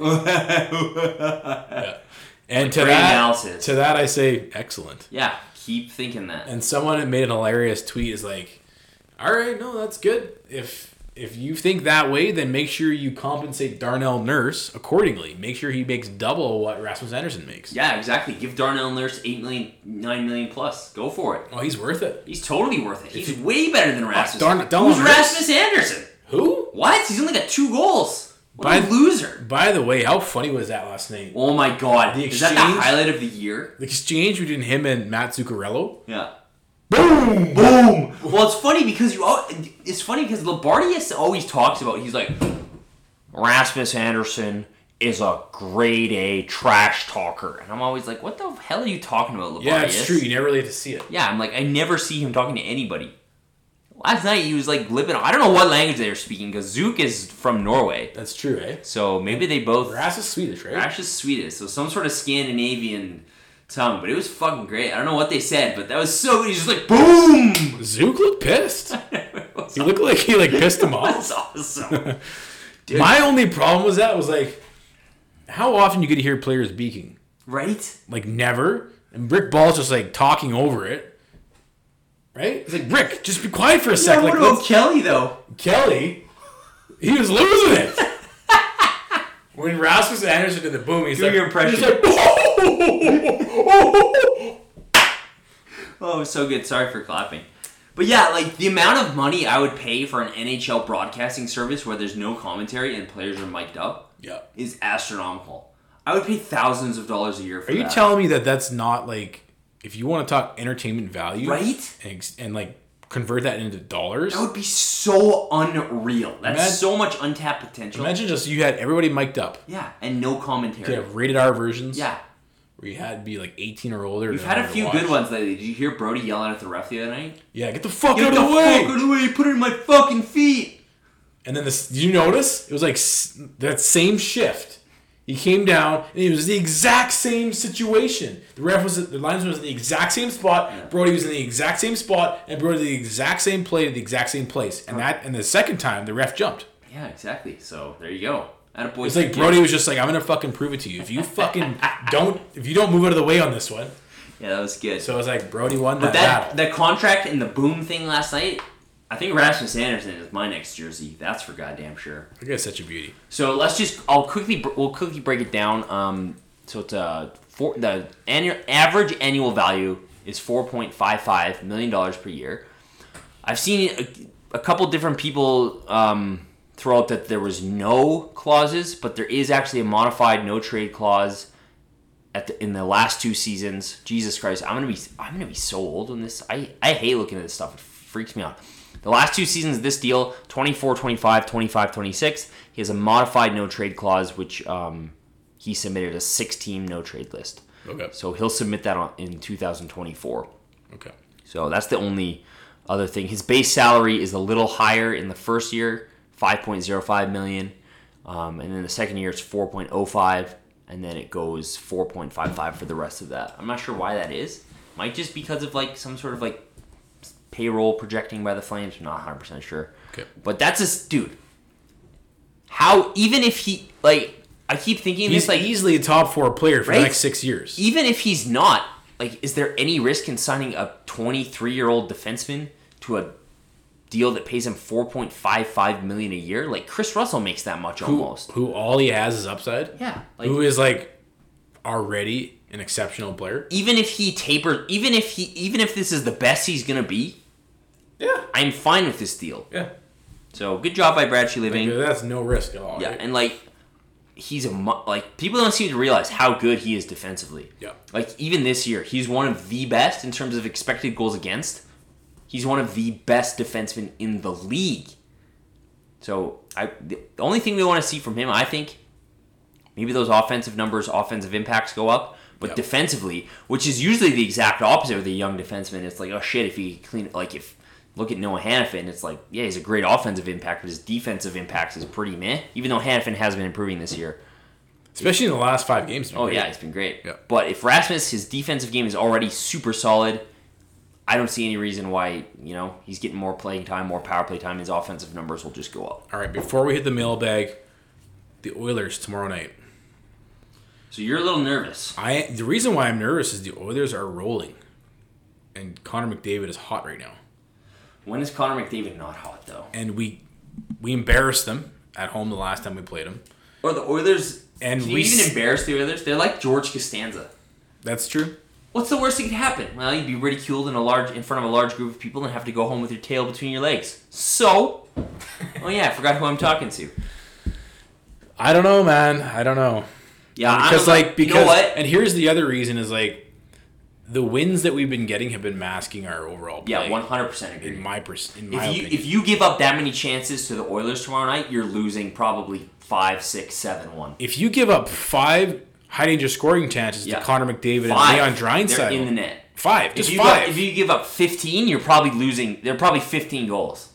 And to great that, analysis. to that I say excellent. yeah, keep thinking that. And someone had made an hilarious tweet is like, "All right, no, that's good. If if you think that way, then make sure you compensate Darnell Nurse accordingly. Make sure he makes double what Rasmus Anderson makes. Yeah, exactly. Give Darnell Nurse 8 million, 9 million plus. Go for it. Oh, he's worth it. He's totally worth it. He's way better than Rasmus. Oh, Darn- Darnell Who's Nurse? Rasmus Anderson? Who? What? He's only got two goals. What By- a loser. By the way, how funny was that last night? Oh my god. The Is that the exchange? highlight of the year? The exchange between him and Matt Zuccarello. Yeah. Boom! Boom! Well, it's funny because you. al- It's funny because Labardius always talks about. He's like, Rasmus Anderson is a grade A trash talker, and I'm always like, what the hell are you talking about, Labardius? Yeah, it's true. You never really get to see it. Yeah, I'm like, I never see him talking to anybody. Last night he was like lipping. I don't know what language they were speaking because Zook is from Norway, That's true, eh? so maybe they both. Grass is Swedish, right? Rash is Swedish, so some sort of Scandinavian tongue. But it was fucking great. I don't know what they said, but that was so. He's just like boom. Zook looked pissed. it was He looked like he like pissed him off. that's awesome. My only problem was that was like, how often you get to hear players beaking? right? Like never. And Brick Ball's just like talking over it, right? It's like Brick, just be quiet for a Yeah, second. what Like, about let's- Kelly though? Kelly, he was losing it. when Rasmus Anderson did the boom, he's Do like, your impression. He's like, Oh, it was so good. Sorry for clapping. But yeah, like the amount of money I would pay for an NHL broadcasting service where there's no commentary and players are mic'd up. yeah. is astronomical. I would pay thousands of dollars a year for Are you that. telling me that that's not like if you want to talk entertainment value, Right? And, ex- and like convert that into dollars? that would be so unreal. That's Imagine- so much untapped potential. Imagine just you had everybody mic'd up. yeah, and no commentary. You have rated R versions. Yeah. where you had to be like eighteen or older. We've had a few good ones lately. Did you hear Brody yelling at the ref the other night? Yeah, get the fuck Get out the of the way. fuck out of the way! You put it in my fucking feet! and then this, did you notice it was like s- that same shift. He came down and it was the exact same situation. The ref was the linesman was in the exact same spot. Brody was in the exact same spot, and Brody did the exact same play at the exact same place. And that and the second time the ref jumped. Yeah, exactly. So there you go. At a boy. It's like Brody was just like, I'm gonna fucking prove it to you. If you fucking don't, if you don't move out of the way on this one, Yeah, that was good. so I was like, Brody won that, that battle. the contract and the boom thing last night. I think Rasmus Anderson is my next jersey. That's for goddamn sure. That, guy such a beauty. So let's just. I'll quickly. br- We'll quickly break it down. Um, so it's uh, four, the annual average annual value is four point five five million dollars per year. I've seen a, a couple different people um, throw out that there was no clauses, but there is actually a modified no trade clause at the, in the last two seasons. Jesus Christ, I'm gonna be I'm gonna be so old on this. I I hate looking at this stuff. It freaks me out. The last two seasons of this deal 24 25 25 26 he has a modified no trade clause which um, he submitted a six team no trade list Okay. so he'll submit that on, in 2024 Okay. so that's the only other thing. His base salary is a little higher in the first year, 5.05 million. Um, and then the second year it's 4.05 and then it goes 4.55 for the rest of that. I'm not sure why that is. Might just because of like some sort of like payroll projecting by the Flames. I'm not 100% sure. Okay. But that's a dude. How even if he like I keep thinking He's this like easily a top four player for Right? E- the next six years. even if he's not, like, is there any risk in signing a 23 year old defenseman to a deal that pays him 4.55 million a year? Like Chris Russell makes that much who, almost. who all he has is upside. Yeah, like- who is like already an exceptional player. Even if he tapers, even if he, even if this is the best he's gonna be, Yeah. I'm fine with this deal. Yeah. So good job by Bradshaw Living. That's no risk at all. Yeah, right? and like he's a mu- like people don't seem to realize how good he is defensively. Yeah. Like even this year, he's one of the best in terms of expected goals against. He's one of the best defensemen in the league. So I the the only thing we want to see from him, I think, maybe those offensive numbers, offensive impacts go up. But Yeah. defensively, which is usually the exact opposite of the young defenseman, it's like, oh shit, if he clean like if look at Noah Hannafin, it's like, yeah, he's a great offensive impact, but his defensive impacts is pretty meh. Even though Hannafin has been improving this year. Especially in the last five games. Oh yeah, it's been great. Yeah. But if Rasmus, his defensive game is already super solid, I don't see any reason why, you know, he's getting more playing time, more power play time, his offensive numbers will just go up. All right. Before we hit the mailbag, the Oilers tomorrow night. So you're a little nervous. I the reason why I'm nervous is the Oilers are rolling, and Connor McDavid is hot right now, When is Connor McDavid not hot though? and we we embarrassed them at home the last time we played them. Or the Oilers. And Can you we even s- embarrass the Oilers? They're like George Costanza. That's true. What's the worst that could happen? Well, you'd be ridiculed in a large in front of a large group of people and have to go home with your tail between your legs. So, oh yeah, I forgot who I'm talking to. I don't know, man. I don't know. Yeah, I'm because a- like because you know what? and here's the other reason is like the wins that we've been getting have been masking our overall play. Yeah, 100 percent agree. in my pers- in my if you opinion. if you give up that many chances to the Oilers tomorrow night, you're losing probably five, six, seven, one. if you give up five high danger scoring chances Yeah. to Connor McDavid Five. and Leon They're in the Draisaitl, net. five, If just you, five. Give, if you give up 15, you're probably losing. They're probably 15 goals.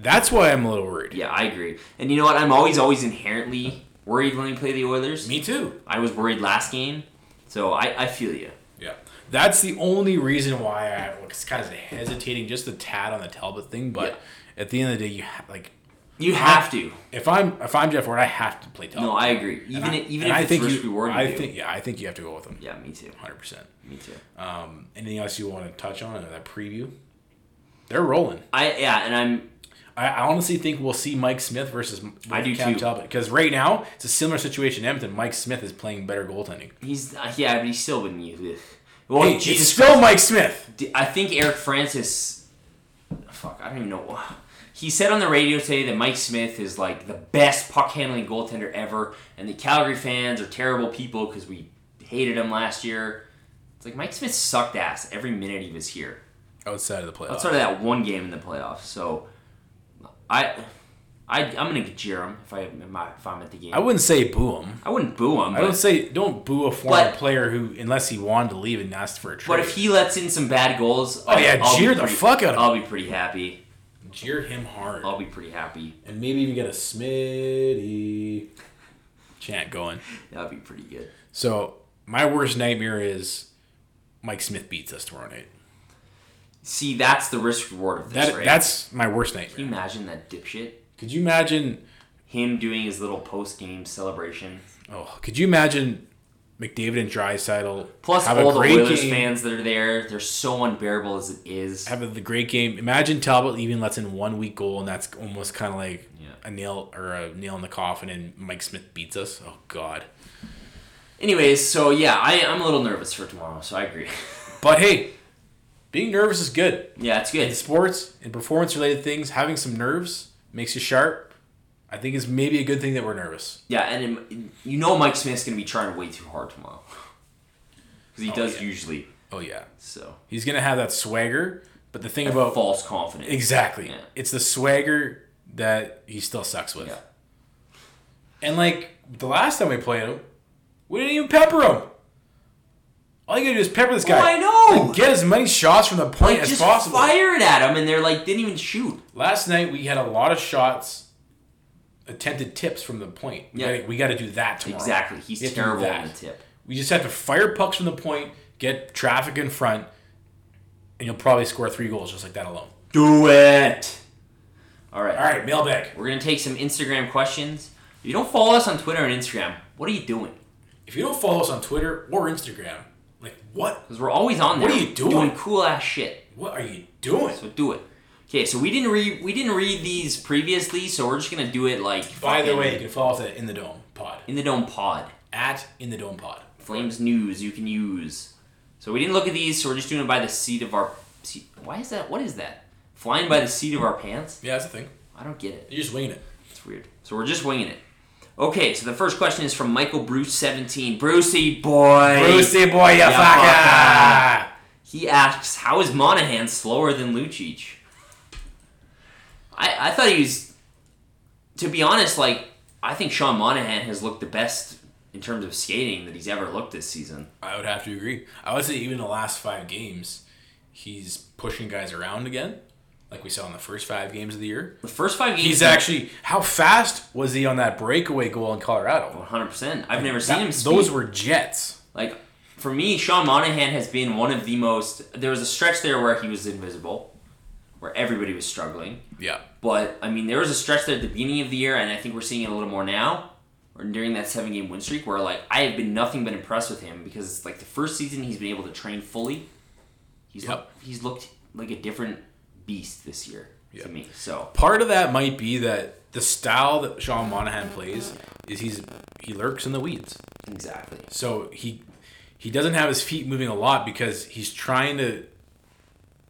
That's why I'm a little worried. Yeah, I agree. And you know what? I'm always, always inherently worried when we play the Oilers. Me too. I was worried last game, so I, I feel you. Yeah, that's the only reason why I was kind of hesitating, just a tad on the Talbot thing. But at the end of the day, you ha- like You have to. if I'm if I'm Jeff Ward, I have to play Talbot. No, I agree. Even And I- if, and even if I it's think risk you, reward, I you do. think yeah, I think you have to go with him. Yeah, me too. 100. percent Me too. Um, anything else you want to touch on in that preview? They're rolling. I yeah, and I'm I, I honestly think we'll see Mike Smith versus I do Cam too. Talbot because right now it's a similar situation. to Edmonton, Mike Smith is playing better goaltending. he's uh, yeah, but he's still been used. ugh. Well, Hey, it's Jesus still Mike Smith. Christ, I think Eric Francis. Fuck, I don't even know. He said on the radio today that Mike Smith is like the best puck handling goaltender ever, and the Calgary fans are terrible people because we hated him last year. It's like Mike Smith sucked ass every minute he was here. Outside of the playoffs, outside of that one game in the playoffs. So, I, I, I'm gonna jeer him if I if I'm at the game. I I wouldn't say boo him. wouldn't boo him. I don't But, say don't boo a former But- player who, unless he wanted to leave and asked for a trade. but if he lets in some bad goals, oh yeah, jeer the fuck out of him. I'll be pretty happy. jeer him hard I'll be pretty happy. and maybe even get a Smitty chant going. That'd be pretty good. So my worst nightmare is Mike Smith beats us tomorrow night. See, that's the risk reward of this, That right? that's my worst Can nightmare. you imagine that dipshit? Could you imagine? Him doing his little post game celebration. Oh, could you imagine McDavid and Drysaitel Plus have all a the great Oilers game? fans that are there. They're so unbearable as it is. Have the great game. Imagine Talbot even lets in one weak goal, and that's almost kind of like Yeah. a nail or a nail in the coffin, and Mike Smith beats us. Oh God! Anyways, so yeah, I, I'm a little nervous for tomorrow, so I agree. But hey, being nervous is good yeah, it's in good. sports and performance related things. Having some nerves makes you sharp. I think it's maybe a good thing that we're nervous. Yeah, and in- you know Mike Smith's gonna be trying way too hard tomorrow because he does yeah. usually. Oh yeah, So he's gonna have that swagger. But the thing about false confidence. Exactly. Yeah. It's the swagger that he still sucks with. Yeah. And like the last time we played him, we didn't even pepper him. All you gotta do is pepper this Oh, guy. I know. Like, get as many shots from the point Like, as just possible. fired at him, and they're like didn't even shoot. Last night we had a lot of shots, attempted tips from the point. We Yeah. gotta- we got to do that tomorrow. Exactly. He's We have to do terrible that. on the tip. We just have to fire pucks from the point, get traffic in front, and you'll probably score three goals just like that alone. Do it. All right. All right, mailbag. We're gonna take some Instagram questions. If you don't follow us on Twitter and Instagram, what are you doing? If you don't follow us on Twitter or Instagram, like what? Because we're always on there. What are you doing? Doing cool ass shit. What are you doing? So do it. Okay, so we didn't read we didn't read these previously, so we're just gonna do it like. By the fucking way, you can follow us at In the Dome Pod in the dome pod, at In the Dome Pod. Flames news you can use. So we didn't look at these, so we're just doing it by the seat of our. Seat. Why is that? What is that? Flying by the seat of our pants? Yeah, that's the thing. I don't get it. You're just winging it. It's weird. So we're just winging it. Okay, so the first question is from Michael Bruce seventeen. Brucey boy. boy, you fucker. He asks, "How is Monahan slower than Lucic?" I I thought he was. To be honest, like I think Sean Monahan has looked the best in terms of skating that he's ever looked this season. I would have to agree. I would say even the last five games, he's pushing guys around again, like we saw in the first five games of the year. The first five games, He's actually how fast was he on that breakaway goal in Colorado? one hundred percent. I've never seen him. That, Speed. those were jets. like for me, Sean Monahan has been one of the most. There was a stretch there where he was invisible, where everybody was struggling. Yeah, But I mean, there was a stretch there at the beginning of the year, and I think we're seeing it a little more now, or during that seven game win streak, where like I have been nothing but impressed with him because it's like the first season he's been able to train fully. He's Yep. looked, he's looked like a different beast this year to me. So part of that might be that the style that Sean Monahan plays is he's he lurks in the weeds. exactly, So he he doesn't have his feet moving a lot because he's trying to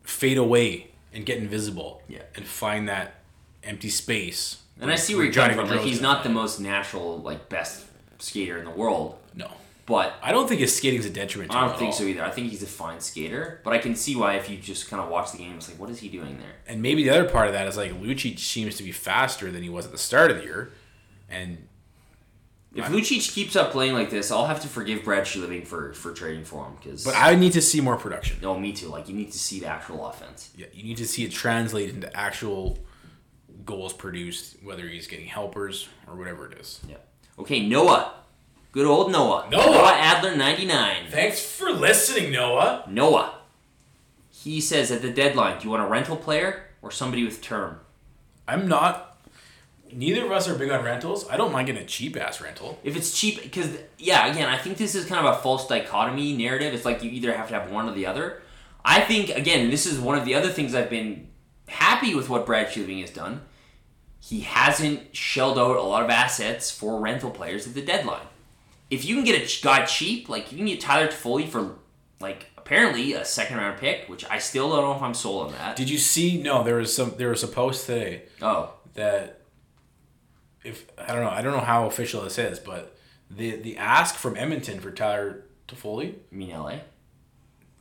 fade away and get invisible. Yeah. And find that empty space. and I see where you're Johnny coming from. Like Gaudreau's he's in. not the most natural, like best skater in the world, No. but I don't think his skating's a detriment to I him don't at think all. so either. I think he's a fine skater, but I can see why if you just kind of watch the game, it's like, what is he doing there? And maybe the other part of that is like Lucic seems to be faster than he was at the start of the year. And If Lucic keeps up playing like this, I'll have to forgive Brad Living for for trading for him because. but I need to see more production. no, me too. Like you need to see the actual offense. Yeah, you need to see it translate into actual goals produced, whether he's getting helpers or whatever it is. Yeah. Okay, Noah. Good old Noah. Noah! Adler ninety nine. Thanks for listening, Noah. Noah. He says at the deadline, do you want a rental player or somebody with term? I'm not. Neither of us are big on rentals. I don't mind getting a cheap ass rental. If it's cheap, because yeah, again, I think this is kind of a false dichotomy narrative. It's like you either have to have one or the other. I think again, and this is one of the other things I've been happy with what Brad Shooting has done. He hasn't shelled out a lot of assets for rental players at the deadline. If you can get a ch- guy cheap, like you can get Tyler Toffoli for like apparently a second round pick, which I still don't know if I'm sold on that. Did you see? No, there was some. There was a post today Oh, that if I don't know, I don't know how official this is, but the the ask from Edmonton for Tyler Toffoli, you mean LA?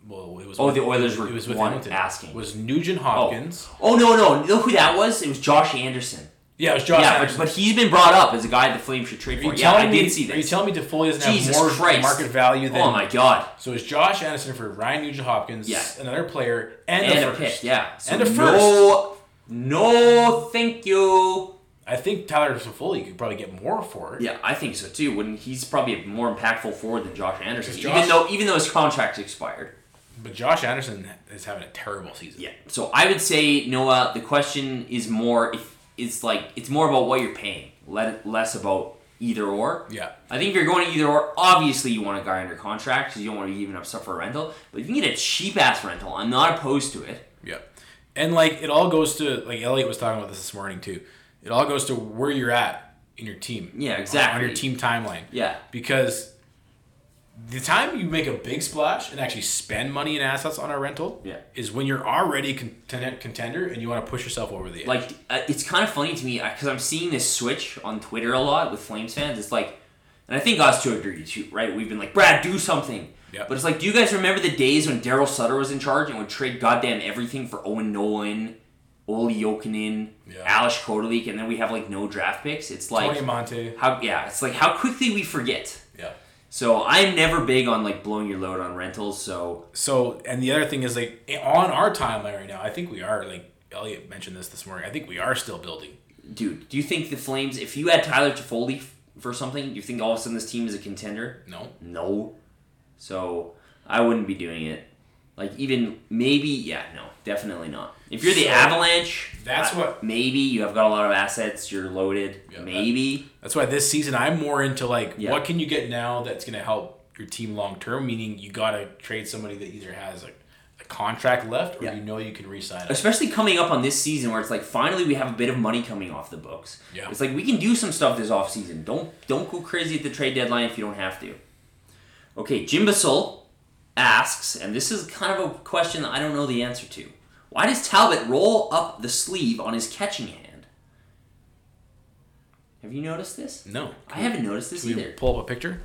well, it was Oh, with- the Oilers were It was with one Edmonton. asking. was Nugent Hopkins. Oh no, no, you know who that was? It was Josh Anderson. Yeah, it was Josh. yeah, but, Anderson. but he's been brought up as a guy the Flames should trade Are you for. Yeah, I telling me- did see Are you this. telling me Toffoli doesn't Jesus have more Christ. market value than? Oh my god! So it's Josh Anderson for Ryan Nugent Hopkins, Yeah. another player, and, And, a a first. pick, yeah. So And a No, no, thank you. I think Tyler Toffoli could probably get more for it. Yeah, I think so too. When he's probably a more impactful forward than Josh Anderson, Because Josh- even though even though his contract's expired. But Josh Anderson is having a terrible season. Yeah. So I would say Noah. The question is more if it's like it's more about what you're paying, let less about either or. Yeah. I think if you're going either or, obviously you want a guy under contract because you don't want to be giving up stuff for a rental. But if you can get a cheap ass rental, I'm not opposed to it. Yeah. And like it all goes to like Elliot was talking about this this morning too. It all goes to where you're at in your team. Yeah, On- On, exactly. your team timeline. Yeah. Because the time you make a big splash and actually spend money in assets on a rental Yeah. is when you're already a contender, contender and you want to push yourself over the edge. Like uh, it's kind of funny to me because I'm seeing this switch on Twitter a lot with Flames fans. It's like, and I think us to a degree too, right? We've been like, Brad, do something. Yeah. But it's like, do you guys remember the days when Daryl Sutter was in charge and would trade goddamn everything for Owen Nolan, Ole Jokinen, Yeah. Alish Kodalik, and then we have like no draft picks? It's like Tony Monte. how yeah, it's like how quickly we forget. Yeah. So I'm never big on like blowing your load on rentals. So So, and the other thing is like on our timeline right now, I think we are like Elliot mentioned this this morning. I think we are still building. dude, do you think the Flames? If you had Tyler Toffoli f- for something, do you think all of a sudden this team is a contender? No, No. So I wouldn't be doing it. Like even maybe yeah no definitely not. If you're the So, Avalanche, that's I- what- maybe you have got a lot of assets. You're loaded. Yeah, that- maybe that's why this season I'm more into like Yeah. what can you get now that's gonna help your team long term. Meaning you gotta trade somebody that either has a, a contract left or Yeah. you know you can re-sign. it. especially coming up on this season where it's like finally we have a bit of money coming off the books. Yeah. It's like we can do some stuff this off season. Don't don't go crazy at the trade deadline if you don't have to. Okay, Jim Bissell asks, and this is kind of a question that I don't know the answer to. Why does Talbot roll up the sleeve on his catching hand? Have you noticed this? No, I haven't noticed this Can we either. pull up a picture.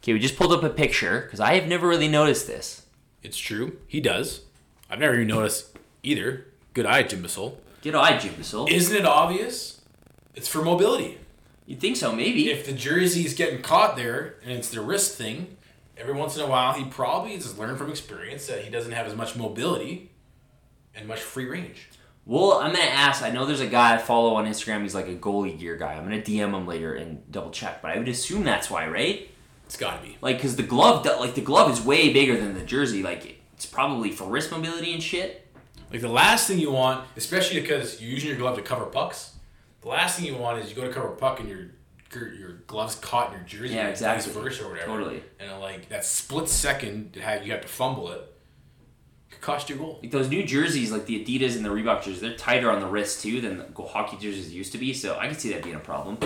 Okay, we just pulled up a picture because I have never really noticed this. It's true. He does. I've never even noticed either. Good eye, Jim Bissell. Good eye, Jim Bissell. Isn't it obvious? It's for mobility. You'd think so, maybe. if the jersey's getting caught there and it's the wrist thing, every once in a while he probably has learned from experience that he doesn't have as much mobility and much free range. Well, I'm gonna ask. I know there's a guy I follow on Instagram. He's like a goalie gear guy. I'm gonna DM him later and double check. But I would assume that's why, right? It's got to be. Like, cause the glove, do- like the glove is way bigger than the jersey. Like, it's probably for wrist mobility and shit. Like the last thing you want, especially because you're using your glove to cover pucks, the last thing you want is you go to cover a puck and your your- your gloves caught in your jersey, Yeah, or vice exactly. versa or whatever. Totally. And like that split second to have you have to fumble it could cost you a goal. Like those new jerseys, like the Adidas and the Reebok jerseys, they're tighter on the wrist too than the go- hockey jerseys used to be. So I can see that being a problem.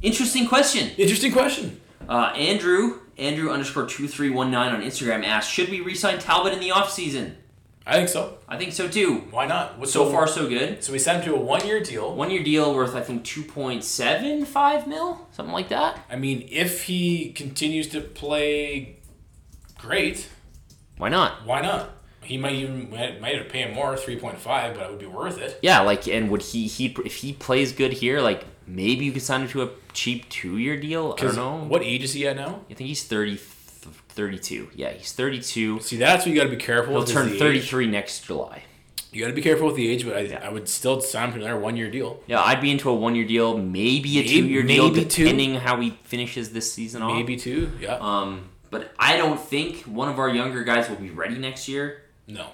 Interesting question. Interesting question. Uh, Andrew, Andrew underscore two three one nine on Instagram asked, should we re-sign Talbot in the offseason? I think so. I think so too. Why not? What's So far, so good. so we sent him to a one-year deal. one year deal worth I think two point seven five mil, something like that. I mean, if he continues to play great, Why not? why not? He might even might might have to pay him more, three point five, but it would be worth it. Yeah, like and would he he if he plays good here, like maybe you could sign him to a cheap two year deal. I don't know. What age is he at now? I think he's 30, 32. Yeah, he's thirty two. See, that's what you got to be careful. He'll with is turn the thirty age. three next July. You got to be careful with the age, but I, Yeah. I would still sign him to another one year deal. Yeah, I'd be into a one year deal, maybe a Maybe- two year deal, maybe two. depending how he finishes this season off. Maybe two. Yeah. Um, but I don't think one of our younger guys will be ready next year. no.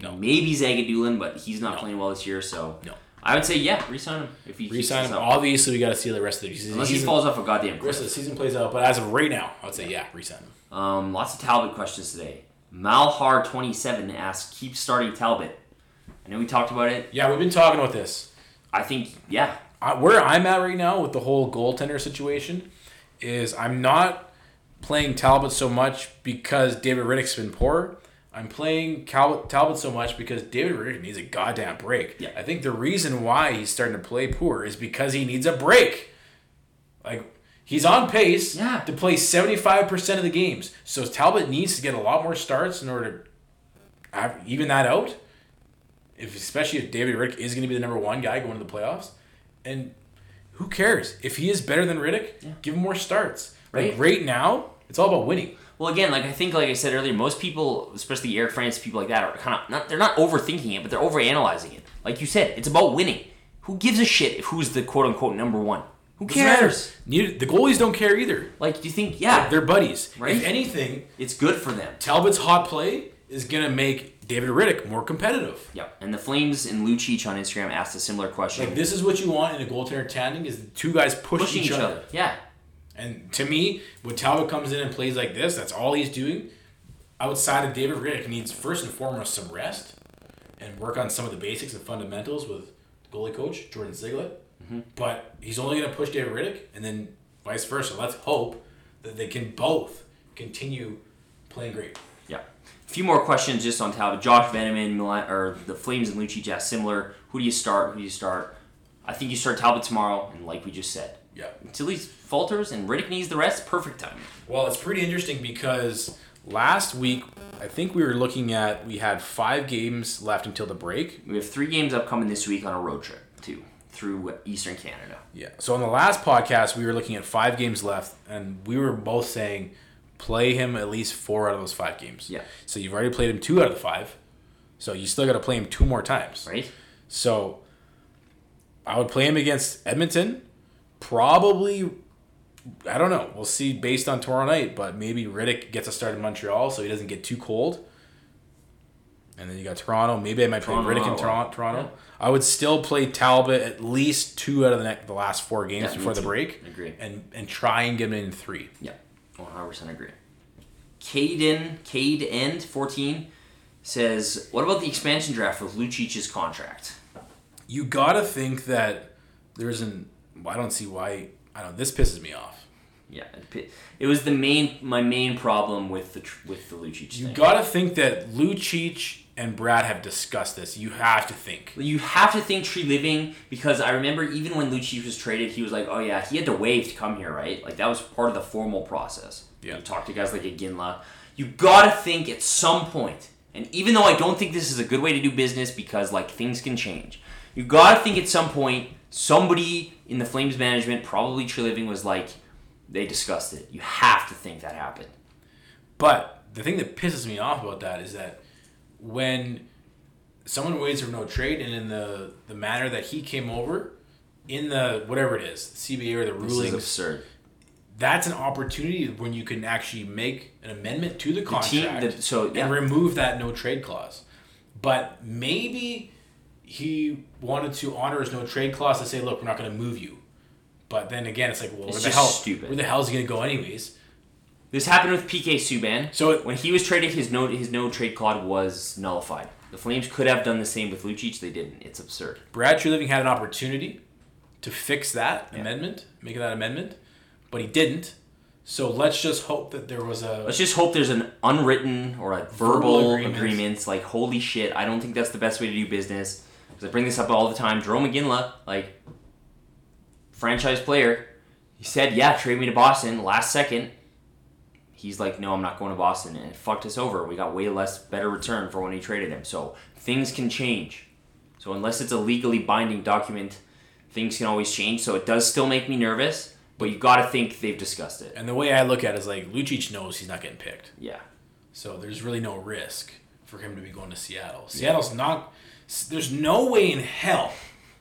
No. Maybe Zagadulin, but he's not playing well this year, so No. I would say yeah, resign him if he keeps Resign this him. up. Obviously, we got to see the rest of the season. Unless he Season- falls off a rest goddamn of cliff. the season plays out, but as of right now, I'd say yeah, resign him. Um, lots of Talbot questions today. Malhar27 asks, keep starting Talbot. I know we talked about it. Yeah, we've been talking about this. I think, yeah, I, where I'm at right now with the whole goaltender situation is I'm not playing Talbot so much because David Riddick's been poor. I'm playing Talbot, Talbot so much because David Riddick needs a goddamn break. Yeah. I think the reason why he's starting to play poor is because he needs a break. Like he's on pace Yeah. to play 75% of the games. So Talbot needs to get a lot more starts in order to av- even that out. If especially if David Riddick is going to be the number one guy going to the playoffs, and who cares if he is better than Riddick? Give him more starts. Right. Like right now, it's all about winning. Well, again, like I think, like I said earlier, most people, especially Air France people like that, are kind of not. They're not overthinking it, but they're overanalyzing it. Like you said, it's about winning. Who gives a shit if who's the quote unquote number one? Who Doesn't matter. cares? Neither, the goalies don't care either. Like, do you think? Yeah, They're buddies. Right. If anything, it's good for them. Talbot's hot play is gonna make David Riddick more competitive. Yep. And the Flames and Lucic on Instagram asked a similar question. Like this is what you want in a goaltender tandem is the two guys push pushing each other. Yeah. And to me, when Talbot comes in and plays like this, that's all he's doing. Outside of David Riddick, needs first and foremost some rest and work on some of the basics and fundamentals with goalie coach Jordan Ziggler. But he's only going to push David Riddick, and then vice versa. Let's hope that they can both continue playing great. Yeah. A few more questions just on Talbot. Josh Veneman Milan, or the Flames and Lucic asked similar. Who do you start? Who do you start? I think you start Talbot tomorrow, and like we just said, Yeah. until he falters and Riddick needs the rest, perfect timing. Well, it's pretty interesting because last week I think we were looking at we had five games left until the break. We have three games upcoming this week on a road trip, too. through Eastern Canada. Yeah. So on the last podcast, we were looking at five games left, and we were both saying play him at least four out of those five games. Yeah. So you've already played him two out of the five, so you still got to play him two more times. Right? So I would play him against Edmonton. Probably, I don't know. We'll see based on tomorrow night, but maybe Riddick gets a start in Montreal so he doesn't get too cold. And then you got Toronto. Maybe I might play Toronto, Riddick in Ottawa. Toronto. Toronto. I would still play Talbot at least two out of the, ne- the last four games Yeah, me before the too. break. Agree. And and try and get him in three. Yeah, 100% agree. Caden, Cade End, 14, says, What about the expansion draft with Lucic's contract? you gotta think that there isn't. I don't see why. I don't. This pisses me off. Yeah, it pi- it was the main my main problem with the tr- with the Lucic You thing. gotta think that Lucic and Brad have discussed this. You have to think. you have to think tree living because I remember even when Lucic was traded, he was like, "Oh yeah, he had to waive to come here, right?" Like that was part of the formal process. Yeah. You talk to guys like Aginla. You gotta think at some point, and even though I don't think this is a good way to do business because like things can change, you gotta think at some point somebody in the Flames management, probably tree living, was like, they discussed it. You have to think that happened. But the thing that pisses me off about that is that when someone waits for no trade, and in the the manner that he came over, in the whatever it is, CBA or the This is rulings, absurd. that's an opportunity when you can actually make an amendment to the contract. team- the- so, yeah. and remove that no trade clause. But maybe he wanted to honor his no trade clause to say, look, we're not going to move you. But then again, it's like, well, It's where the just hell? stupid. Where the hell is he going to go anyways? This happened with PK Subban. So it- when he was traded, his no his no trade clause was nullified. The Flames could have done the same with Lucic. They didn't. It's absurd. Brad True Living had an opportunity to fix that amendment, make that amendment, but he didn't. So let's just hope that there was a Let's just hope there's an unwritten or a verbal, Verbal agreements. agreements. Like holy shit, I don't think that's the best way to do business. Because I bring this up all the time. Jerome McGinley, like franchise player, he said, "Yeah, trade me to Boston." Last second, he's like, "No, I'm not going to Boston," and it fucked us over. We got way less better return for when he traded him. So things can change. So unless it's a legally binding document, things can always change. So it does still make me nervous. But you got to think they've discussed it. and the way I look at it is like Lucic knows he's not getting picked. Yeah. So there's really no risk for him to be going to Seattle. Seattle's not. s- There's no way in hell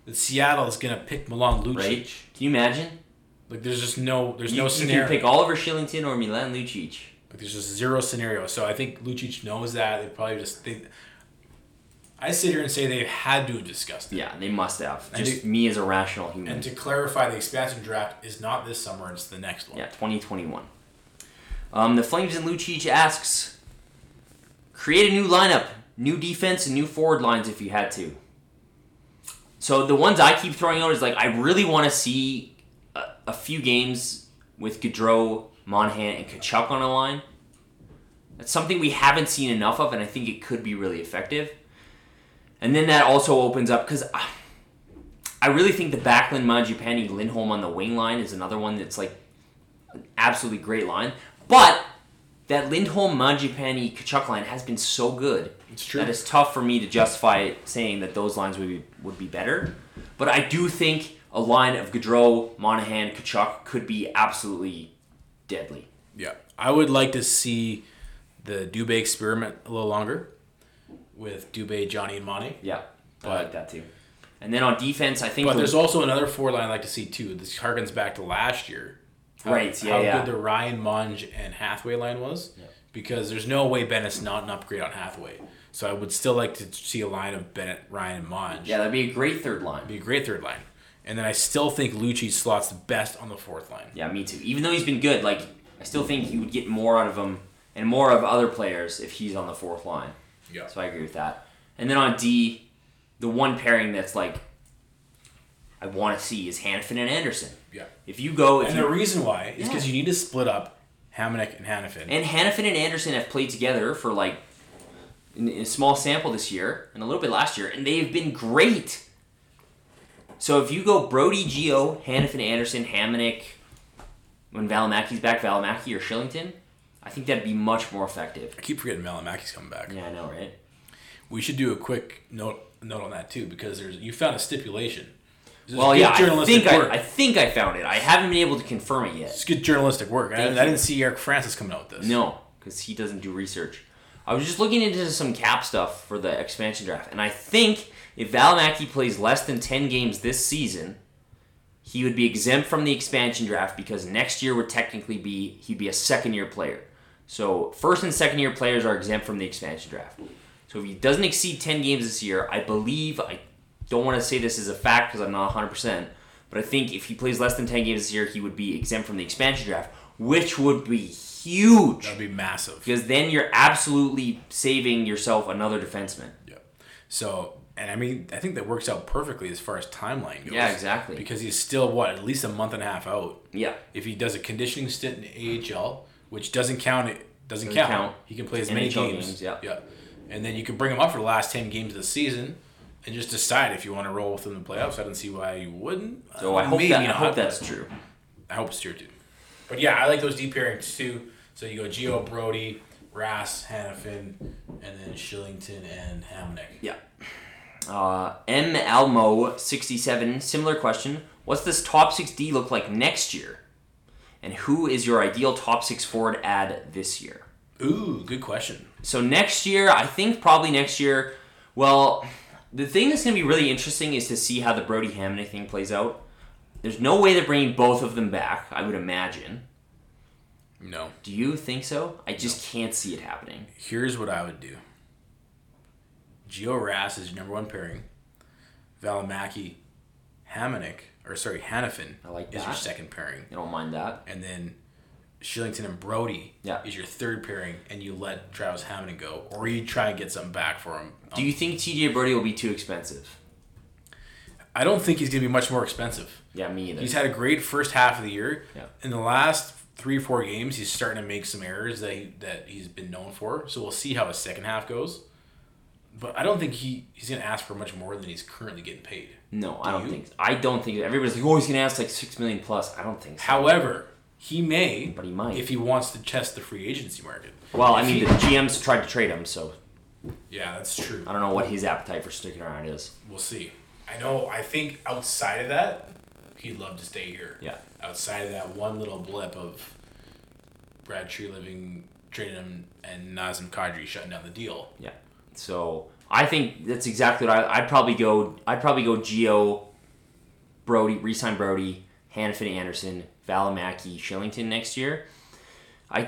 that Seattle is gonna pick Milan Lucic. Right? Can you imagine? Like there's just no. There's You, no you scenario. can pick Oliver Shillington or Milan Lucic. like, there's just zero scenario. So I think Lucic knows that. They probably just. They, I sit here and say they had to have discussed it. Yeah, they must have. And Just me as a rational human. And to clarify, the expansion draft is not this summer; it's the next one. yeah, 2021. Um, the Flames and Lucic asks, create a new lineup, new defense, and new forward lines if you had to. So the ones I keep throwing out is like I really want to see a, a few games with Gaudreau, Monahan, and Kachuk on a line. That's something we haven't seen enough of, and I think it could be really effective. And then that also opens up because I, I really think the Backlund, Majupani, Lindholm on the wing line is another one that's like an absolutely great line. But that Lindholm, Majupani, Kachuk line has been so good It's true. that it's tough for me to justify saying that those lines would be would be better. But I do think a line of Gaudreau, Monahan, Kachuk could be absolutely deadly. Yeah, I would like to see the Dubé experiment a little longer, with Dubé, Johnny, and Monty. Yeah, I But- like that too. And then on defense, I think But the- there's also another four line I'd like to see too. This harkens back to last year. How- Right, yeah, How yeah. good the Ryan Munge and Hathaway line was. Because there's no way Bennett's not an upgrade on Hathaway. So I would still like to see a line of Bennett, Ryan, and Munge. yeah, that'd be a great third line. Be a great third line. And then I still think Lucci slots the best on the fourth line. Yeah, me too. Even though he's been good, like I still think you would get more out of him and more of other players if he's on the fourth line. Yeah. So I agree with that. And then on D, the one pairing that's like I want to see is Hannafin and Anderson. Yeah. If you go, if And you, the reason why is because Yeah. you need to split up Hamannik and Hannafin. And Hannafin and Anderson have played together for like in, in a small sample this year and a little bit last year, and they've been great. So if you go Brody, Geo, Hannafin, Anderson, Hamannik, when Valimaki's back, Valimaki or Shillington, I think that'd be much more effective. I keep forgetting Malamaki's coming back. Yeah, I know, right? We should do a quick note note on that too, because there's you found a stipulation This is Well, good yeah, I journalistic think I, work. I think I found it. I haven't been able to confirm it yet. It's good journalistic work. I, I Thank you. didn't see Eric Francis coming out with this. No, because he doesn't do research. I was just looking into some cap stuff for the expansion draft, and I think if Valimaki plays less than 10 games this season, he would be exempt from the expansion draft because next year would technically be he'd be a second year player. So first and second year players are exempt from the expansion draft. So if he doesn't exceed 10 games this year, I believe I don't want to say this is a fact because I'm not 100%, but I think if he plays less than 10 games this year, he would be exempt from the expansion draft, which would be huge That'd be massive. because then you're absolutely saving yourself another defenseman. Yeah. So, and I mean, I think that works out perfectly as far as timeline goes. Yeah, exactly. Because he's still what at least a month and a half out. Yeah. If he does a conditioning stint in AHL, which doesn't count, it doesn't, Doesn't count. count. He can play as many NHL games. games, yeah. Yeah. And then you can bring him up for the last ten games of the season. And just decide if you want to roll with him in the playoffs. I don't see why you wouldn't. So I hope Maybe that, I not, hope but- that's true. I hope it's tier two. But yeah, I like those deep pairings too. So you go Geo Brody, Rass, Hannafin, and then Shillington and Hamnick. Yeah. Uh, M Almo sixty seven. Similar question. What's this top six D look like next year? And who is your ideal top six forward ad this year? Ooh, good question. So next year, I think probably next year. Well, the thing that's going to be really interesting is to see how the Brody Hamney thing plays out. There's no way they're bringing both of them back. I would imagine. No. Do you think so? I just can't see it happening. Here's what I would do. Geo Rass is your number one pairing. Valimaki, Hamnick, or sorry, Hannafin I like is your that. second pairing. I don't mind that. And then Shillington and Brody Yeah. is your third pairing, and you let Travis Hamnick go, or you try and get something back for him. Do you think TJ Brody will be too expensive? I don't think he's going to be much more expensive. Yeah, me either. He's had a great first half of the year. Yeah. In the last three four games, he's starting to make some errors that he, that he's been known for. So we'll see how his second half goes. But I don't think he, he's going to ask for much more than he's currently getting paid. no, I don't you? think. I don't think. Everybody's like, oh, he's gonna ask like six million plus. I don't think so. However, he may, But he might. if he wants to test the free agency market. Well, I If mean, he- the GM's tried to trade him, so yeah, that's true. I don't know what his appetite for sticking around is. We'll see. I know. I think outside of that, he'd love to stay here. Yeah. Outside of that one little blip of Brad Tree living trading him and Nazem Kadri shutting down the deal. Yeah. So I think that's exactly what I, I'd probably go. I'd probably go Geo, Brody, resign Brody, Hannafin Anderson, Valimaki, Shillington next year. I,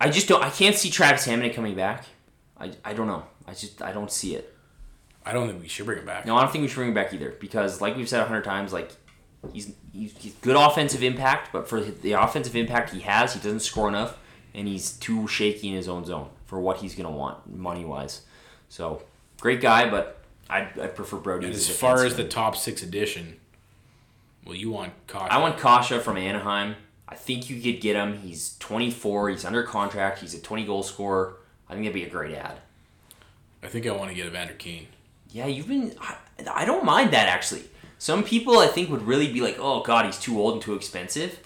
I just don't. I can't see Travis Hammond coming back. I, I don't know. I just I don't see it. I don't think we should bring him back. No, I don't think we should bring him back either because, like we've said a hundred times, like he's, he's he's good offensive impact, but for the offensive impact he has, he doesn't score enough, and he's too shaky in his own zone for what he's gonna want money wise. So great guy, but I I prefer Brody. And as a far as defenseman. the top six edition, well, you want Kadri. I want Kasha from Anaheim. I think you could get him. He's 24. He's under contract. He's a 20 goal scorer. I think that'd be a great ad. I think I want to get Evander Kane. Yeah, you've been. I, I don't mind that actually. Some people I think would really be like, "Oh God, he's too old and too expensive."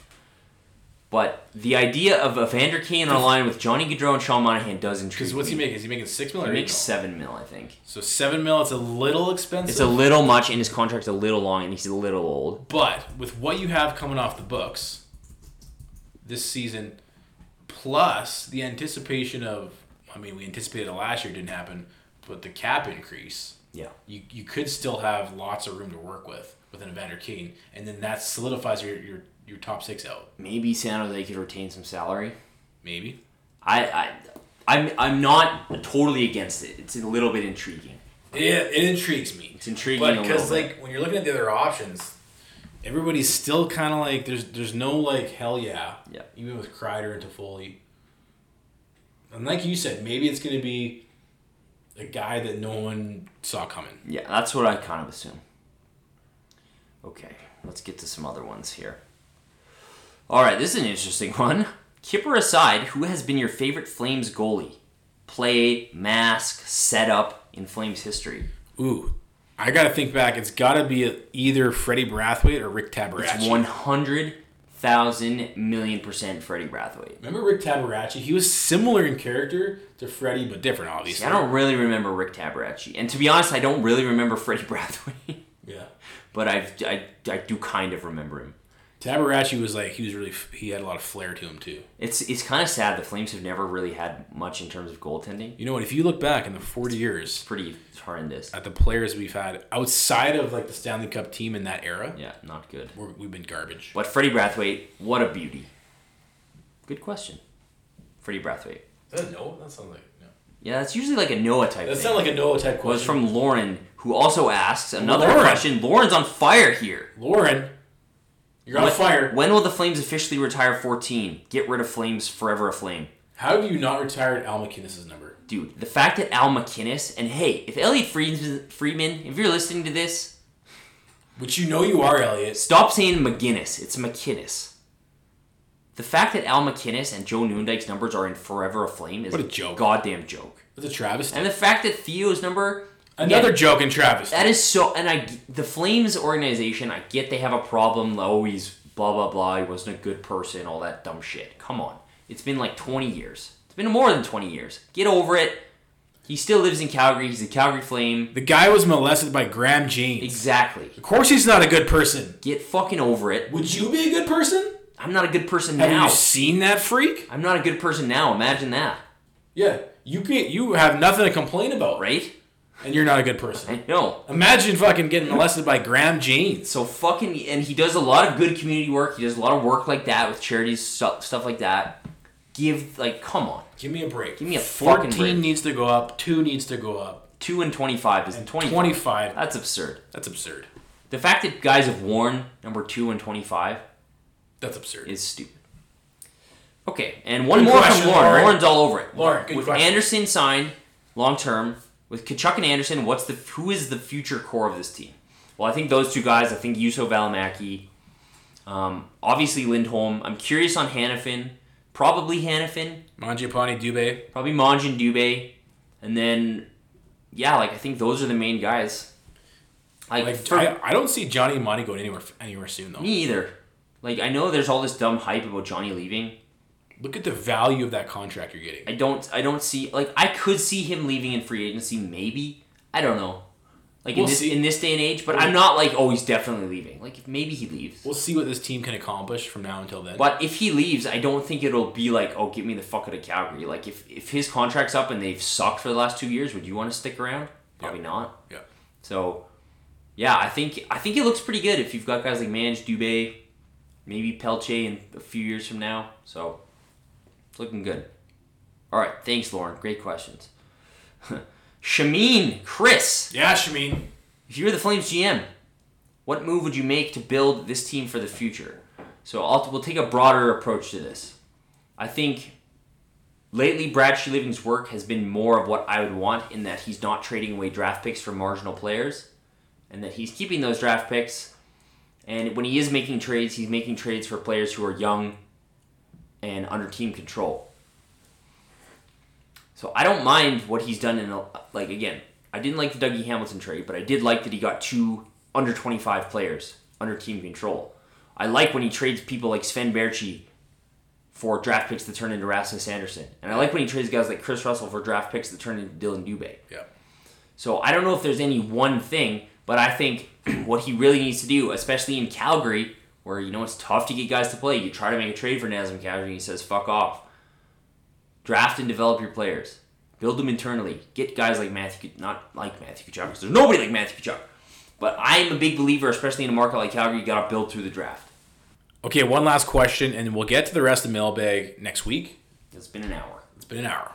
But the idea of Evander Kane on a line with Johnny Gaudreau and Sean Monahan does intrigue Because what's he me. making? Is he making six mil He or eight makes mil? seven mil, I think. So seven mil. It's a little expensive. It's a little much, and his contract's a little long, and he's a little old. But with what you have coming off the books this season, plus the anticipation of, I mean, we anticipated it last year, didn't happen, but the cap increase, Yeah. you, you could still have lots of room to work with with an Evander Kane, and then that solidifies your, your, your top six out, Maybe San Jose could retain some salary. maybe. I, I, I'm, I'm not totally against it. It's a little bit intriguing. It, it intrigues me. It's intriguing a But little because bit. like when you're looking at the other options, everybody's still kind of like there's there's no like hell yeah. Yeah. Even with Kreider and Toffoli. And like you said, maybe it's gonna be a guy that no one saw coming. Yeah, that's what I kind of assume. Okay, let's get to some other ones here. All right, this is an interesting one. Kipper aside, who has been your favorite Flames goalie? Play, mask, setup in Flames history. Ooh, I gotta think back. It's gotta be either Freddie Brathwaite or Rick It's Tabaracci. one hundred thousand million percent Freddie Brathwaite. Remember Rick Tabaracci? He was similar in character to Freddie, but different, obviously. See, I don't really remember Rick Tabaracci, and to be honest, I don't really remember Freddie Brathwaite. yeah. but I've, I, I do kind of remember him. Tabarachi was like he was really he had a lot of flair to him too. It's it's kind of sad the Flames have never really had much in terms of goaltending. You know what? If you look back in the forty years Pretty horrendous. at the players we've had outside of like the Stanley Cup team in that era, Yeah, not good. we're, we've been garbage. But Freddie Brathwaite, what a beauty. Good question. Freddie Brathwaite. No, that sounds like no. Yeah, that's usually like a Noah type That thing. sounds like a Noah type was question. from Lauren, who also asks another Lauren. question. Lauren's on fire here. Lauren. You're on When- fire. When will the Flames officially retire 14? Get rid of Flames, forever a Flame. How have you not retired Al McInnes' number? Dude, the fact that Al McInnes, and hey, if Elliot Friedman, Friedman, if you're listening to this, Which you know you are, Elliot. Stop saying McGinnis. It's McKinnis. The fact that Al McKinnis and Joe Noondike's numbers are in forever aflame is What a joke. goddamn joke. With a travesty. And the fact that Theo's number Another joke in Travis. that is so. And I the Flames organization. I get they have a problem. Oh, he's blah blah blah. He wasn't a good person. All that dumb shit. Come on. It's been like 20 years. It's been more than 20 years. Get over it. He still lives in Calgary. He's a Calgary Flame. the guy was molested by Graham James. Exactly. Of course he's not a good person. Get fucking over it. Would you be a good person? I'm not a good person Have now. you seen that freak? I'm not a good person now. Imagine that, Yeah. You can't you have nothing to complain about, right? right? And you're not a good person. I know. Imagine fucking getting molested by Graham James. So fucking, and he does a lot of good community work. He does a lot of work like that with charities, stuff, stuff like that. Give like, come on, Give me a break. Give me a 14 fucking break. needs to go up, 2 needs to go up, two and twenty-five is twenty. 25. That's absurd. That's absurd. The fact that guys have worn number two and twenty-five That's absurd. is stupid. Okay, and one Good more question, from Lauren. Lauren. Lauren's all over it. Lauren, good with question. Anderson signed long term with Kachuk and Anderson. What's the who is the future core of this team? Well, I think those two guys. I think Yuso Valimaki, um, obviously Lindholm. I'm curious on Hannafin. Probably Hannafin. Mangiapane Dubé. Probably Manjin Dubé, and then yeah, like I think those are the main guys. Like, Like for I, I don't see Johnny and Monty going anywhere anywhere soon though. me either. Like I know there's all this dumb hype about Johnny leaving. Look at the value of that contract you're getting. I don't I don't see like I could see him leaving in free agency maybe. I don't know. Like We'll in this see. in this day and age, but I'm not like oh he's definitely leaving. Like maybe he leaves. We'll see what this team can accomplish from now until then. But if he leaves, I don't think it'll be like oh get me the fuck out of Calgary. Like if if his contract's up and they've sucked for the last 2 years, would you want to stick around? Probably not. Yeah. So yeah, I think I think it looks pretty good if you've got guys like Manj, Dubé, maybe Pelche in a few years from now. So it's looking good. All right, thanks, Lauren. Great questions. Shameen, Chris, Yeah, Shameen. if you were the Flames GM, what move would you make to build this team for the future? So I'll, we'll take a broader approach to this. I think lately Brad Living's work has been more of what I would want in that he's not trading away draft picks for marginal players and that he's keeping those draft picks. And when he is making trades, he's making trades for players who are young and under team control. So I don't mind what he's done in a, like again. I didn't like the Dougie Hamilton trade, but I did like that he got two under 25 players under team control. I like when he trades people like Sven Berchi for draft picks that turn into Rasmus Anderson. And I like when he trades guys like Chris Russell for draft picks that turn into Dylan Dubé. Yeah. So I don't know if there's any one thing, but I think what he really needs to do, especially in Calgary, where you know it's tough to get guys to play, you try to make a trade for Nazem Calgary, and he says fuck off. Draft and develop your players, build them internally. Get guys like Matthew, not like Matthew Kachuk, 'cause there's nobody like Matthew Kachuk. But I am a big believer, especially in a market like Calgary, you got to build through the draft. Okay, one last question, and we'll get to the rest of mailbag next week. It's been an hour. It's been an hour.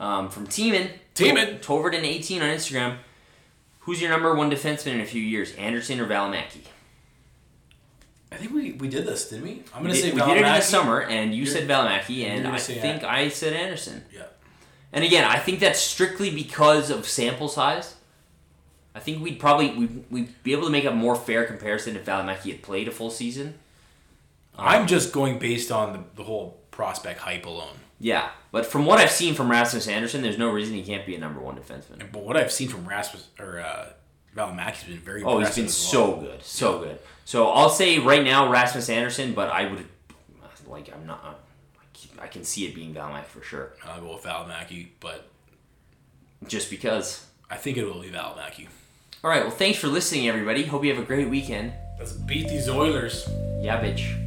Um, from Teeman. Teeman. Toverton18 on Instagram. Who's your number one defenseman in a few years, Anderson or Valimaki? I think we, we did this, didn't we? I'm We gonna did, say we did it in the Valimaki. summer, and you You're- said Valimaki, and gonna I say think I said Anderson. Yeah. And again, I think that's strictly because of sample size. I think we'd probably we'd, we'd be able to make a more fair comparison if Valimaki had played a full season. I'm just going based on the, the whole prospect hype alone. Yeah, but from what I've seen from Rasmus Anderson, there's no reason he can't be a number one defenseman. But what I've seen from Rasmus or uh, Valimaki's been very. Oh, impressive he's been as well. so good, so good. So I'll say right now Rasmus Anderson, but I would like I'm not. I can- I can see it being Valimaki for sure, I'll go with Valimaki, but just because. I think it will be Valimaki. All right. Well, thanks for listening, everybody. Hope you have a great weekend. Let's beat these Oilers. Yeah, bitch.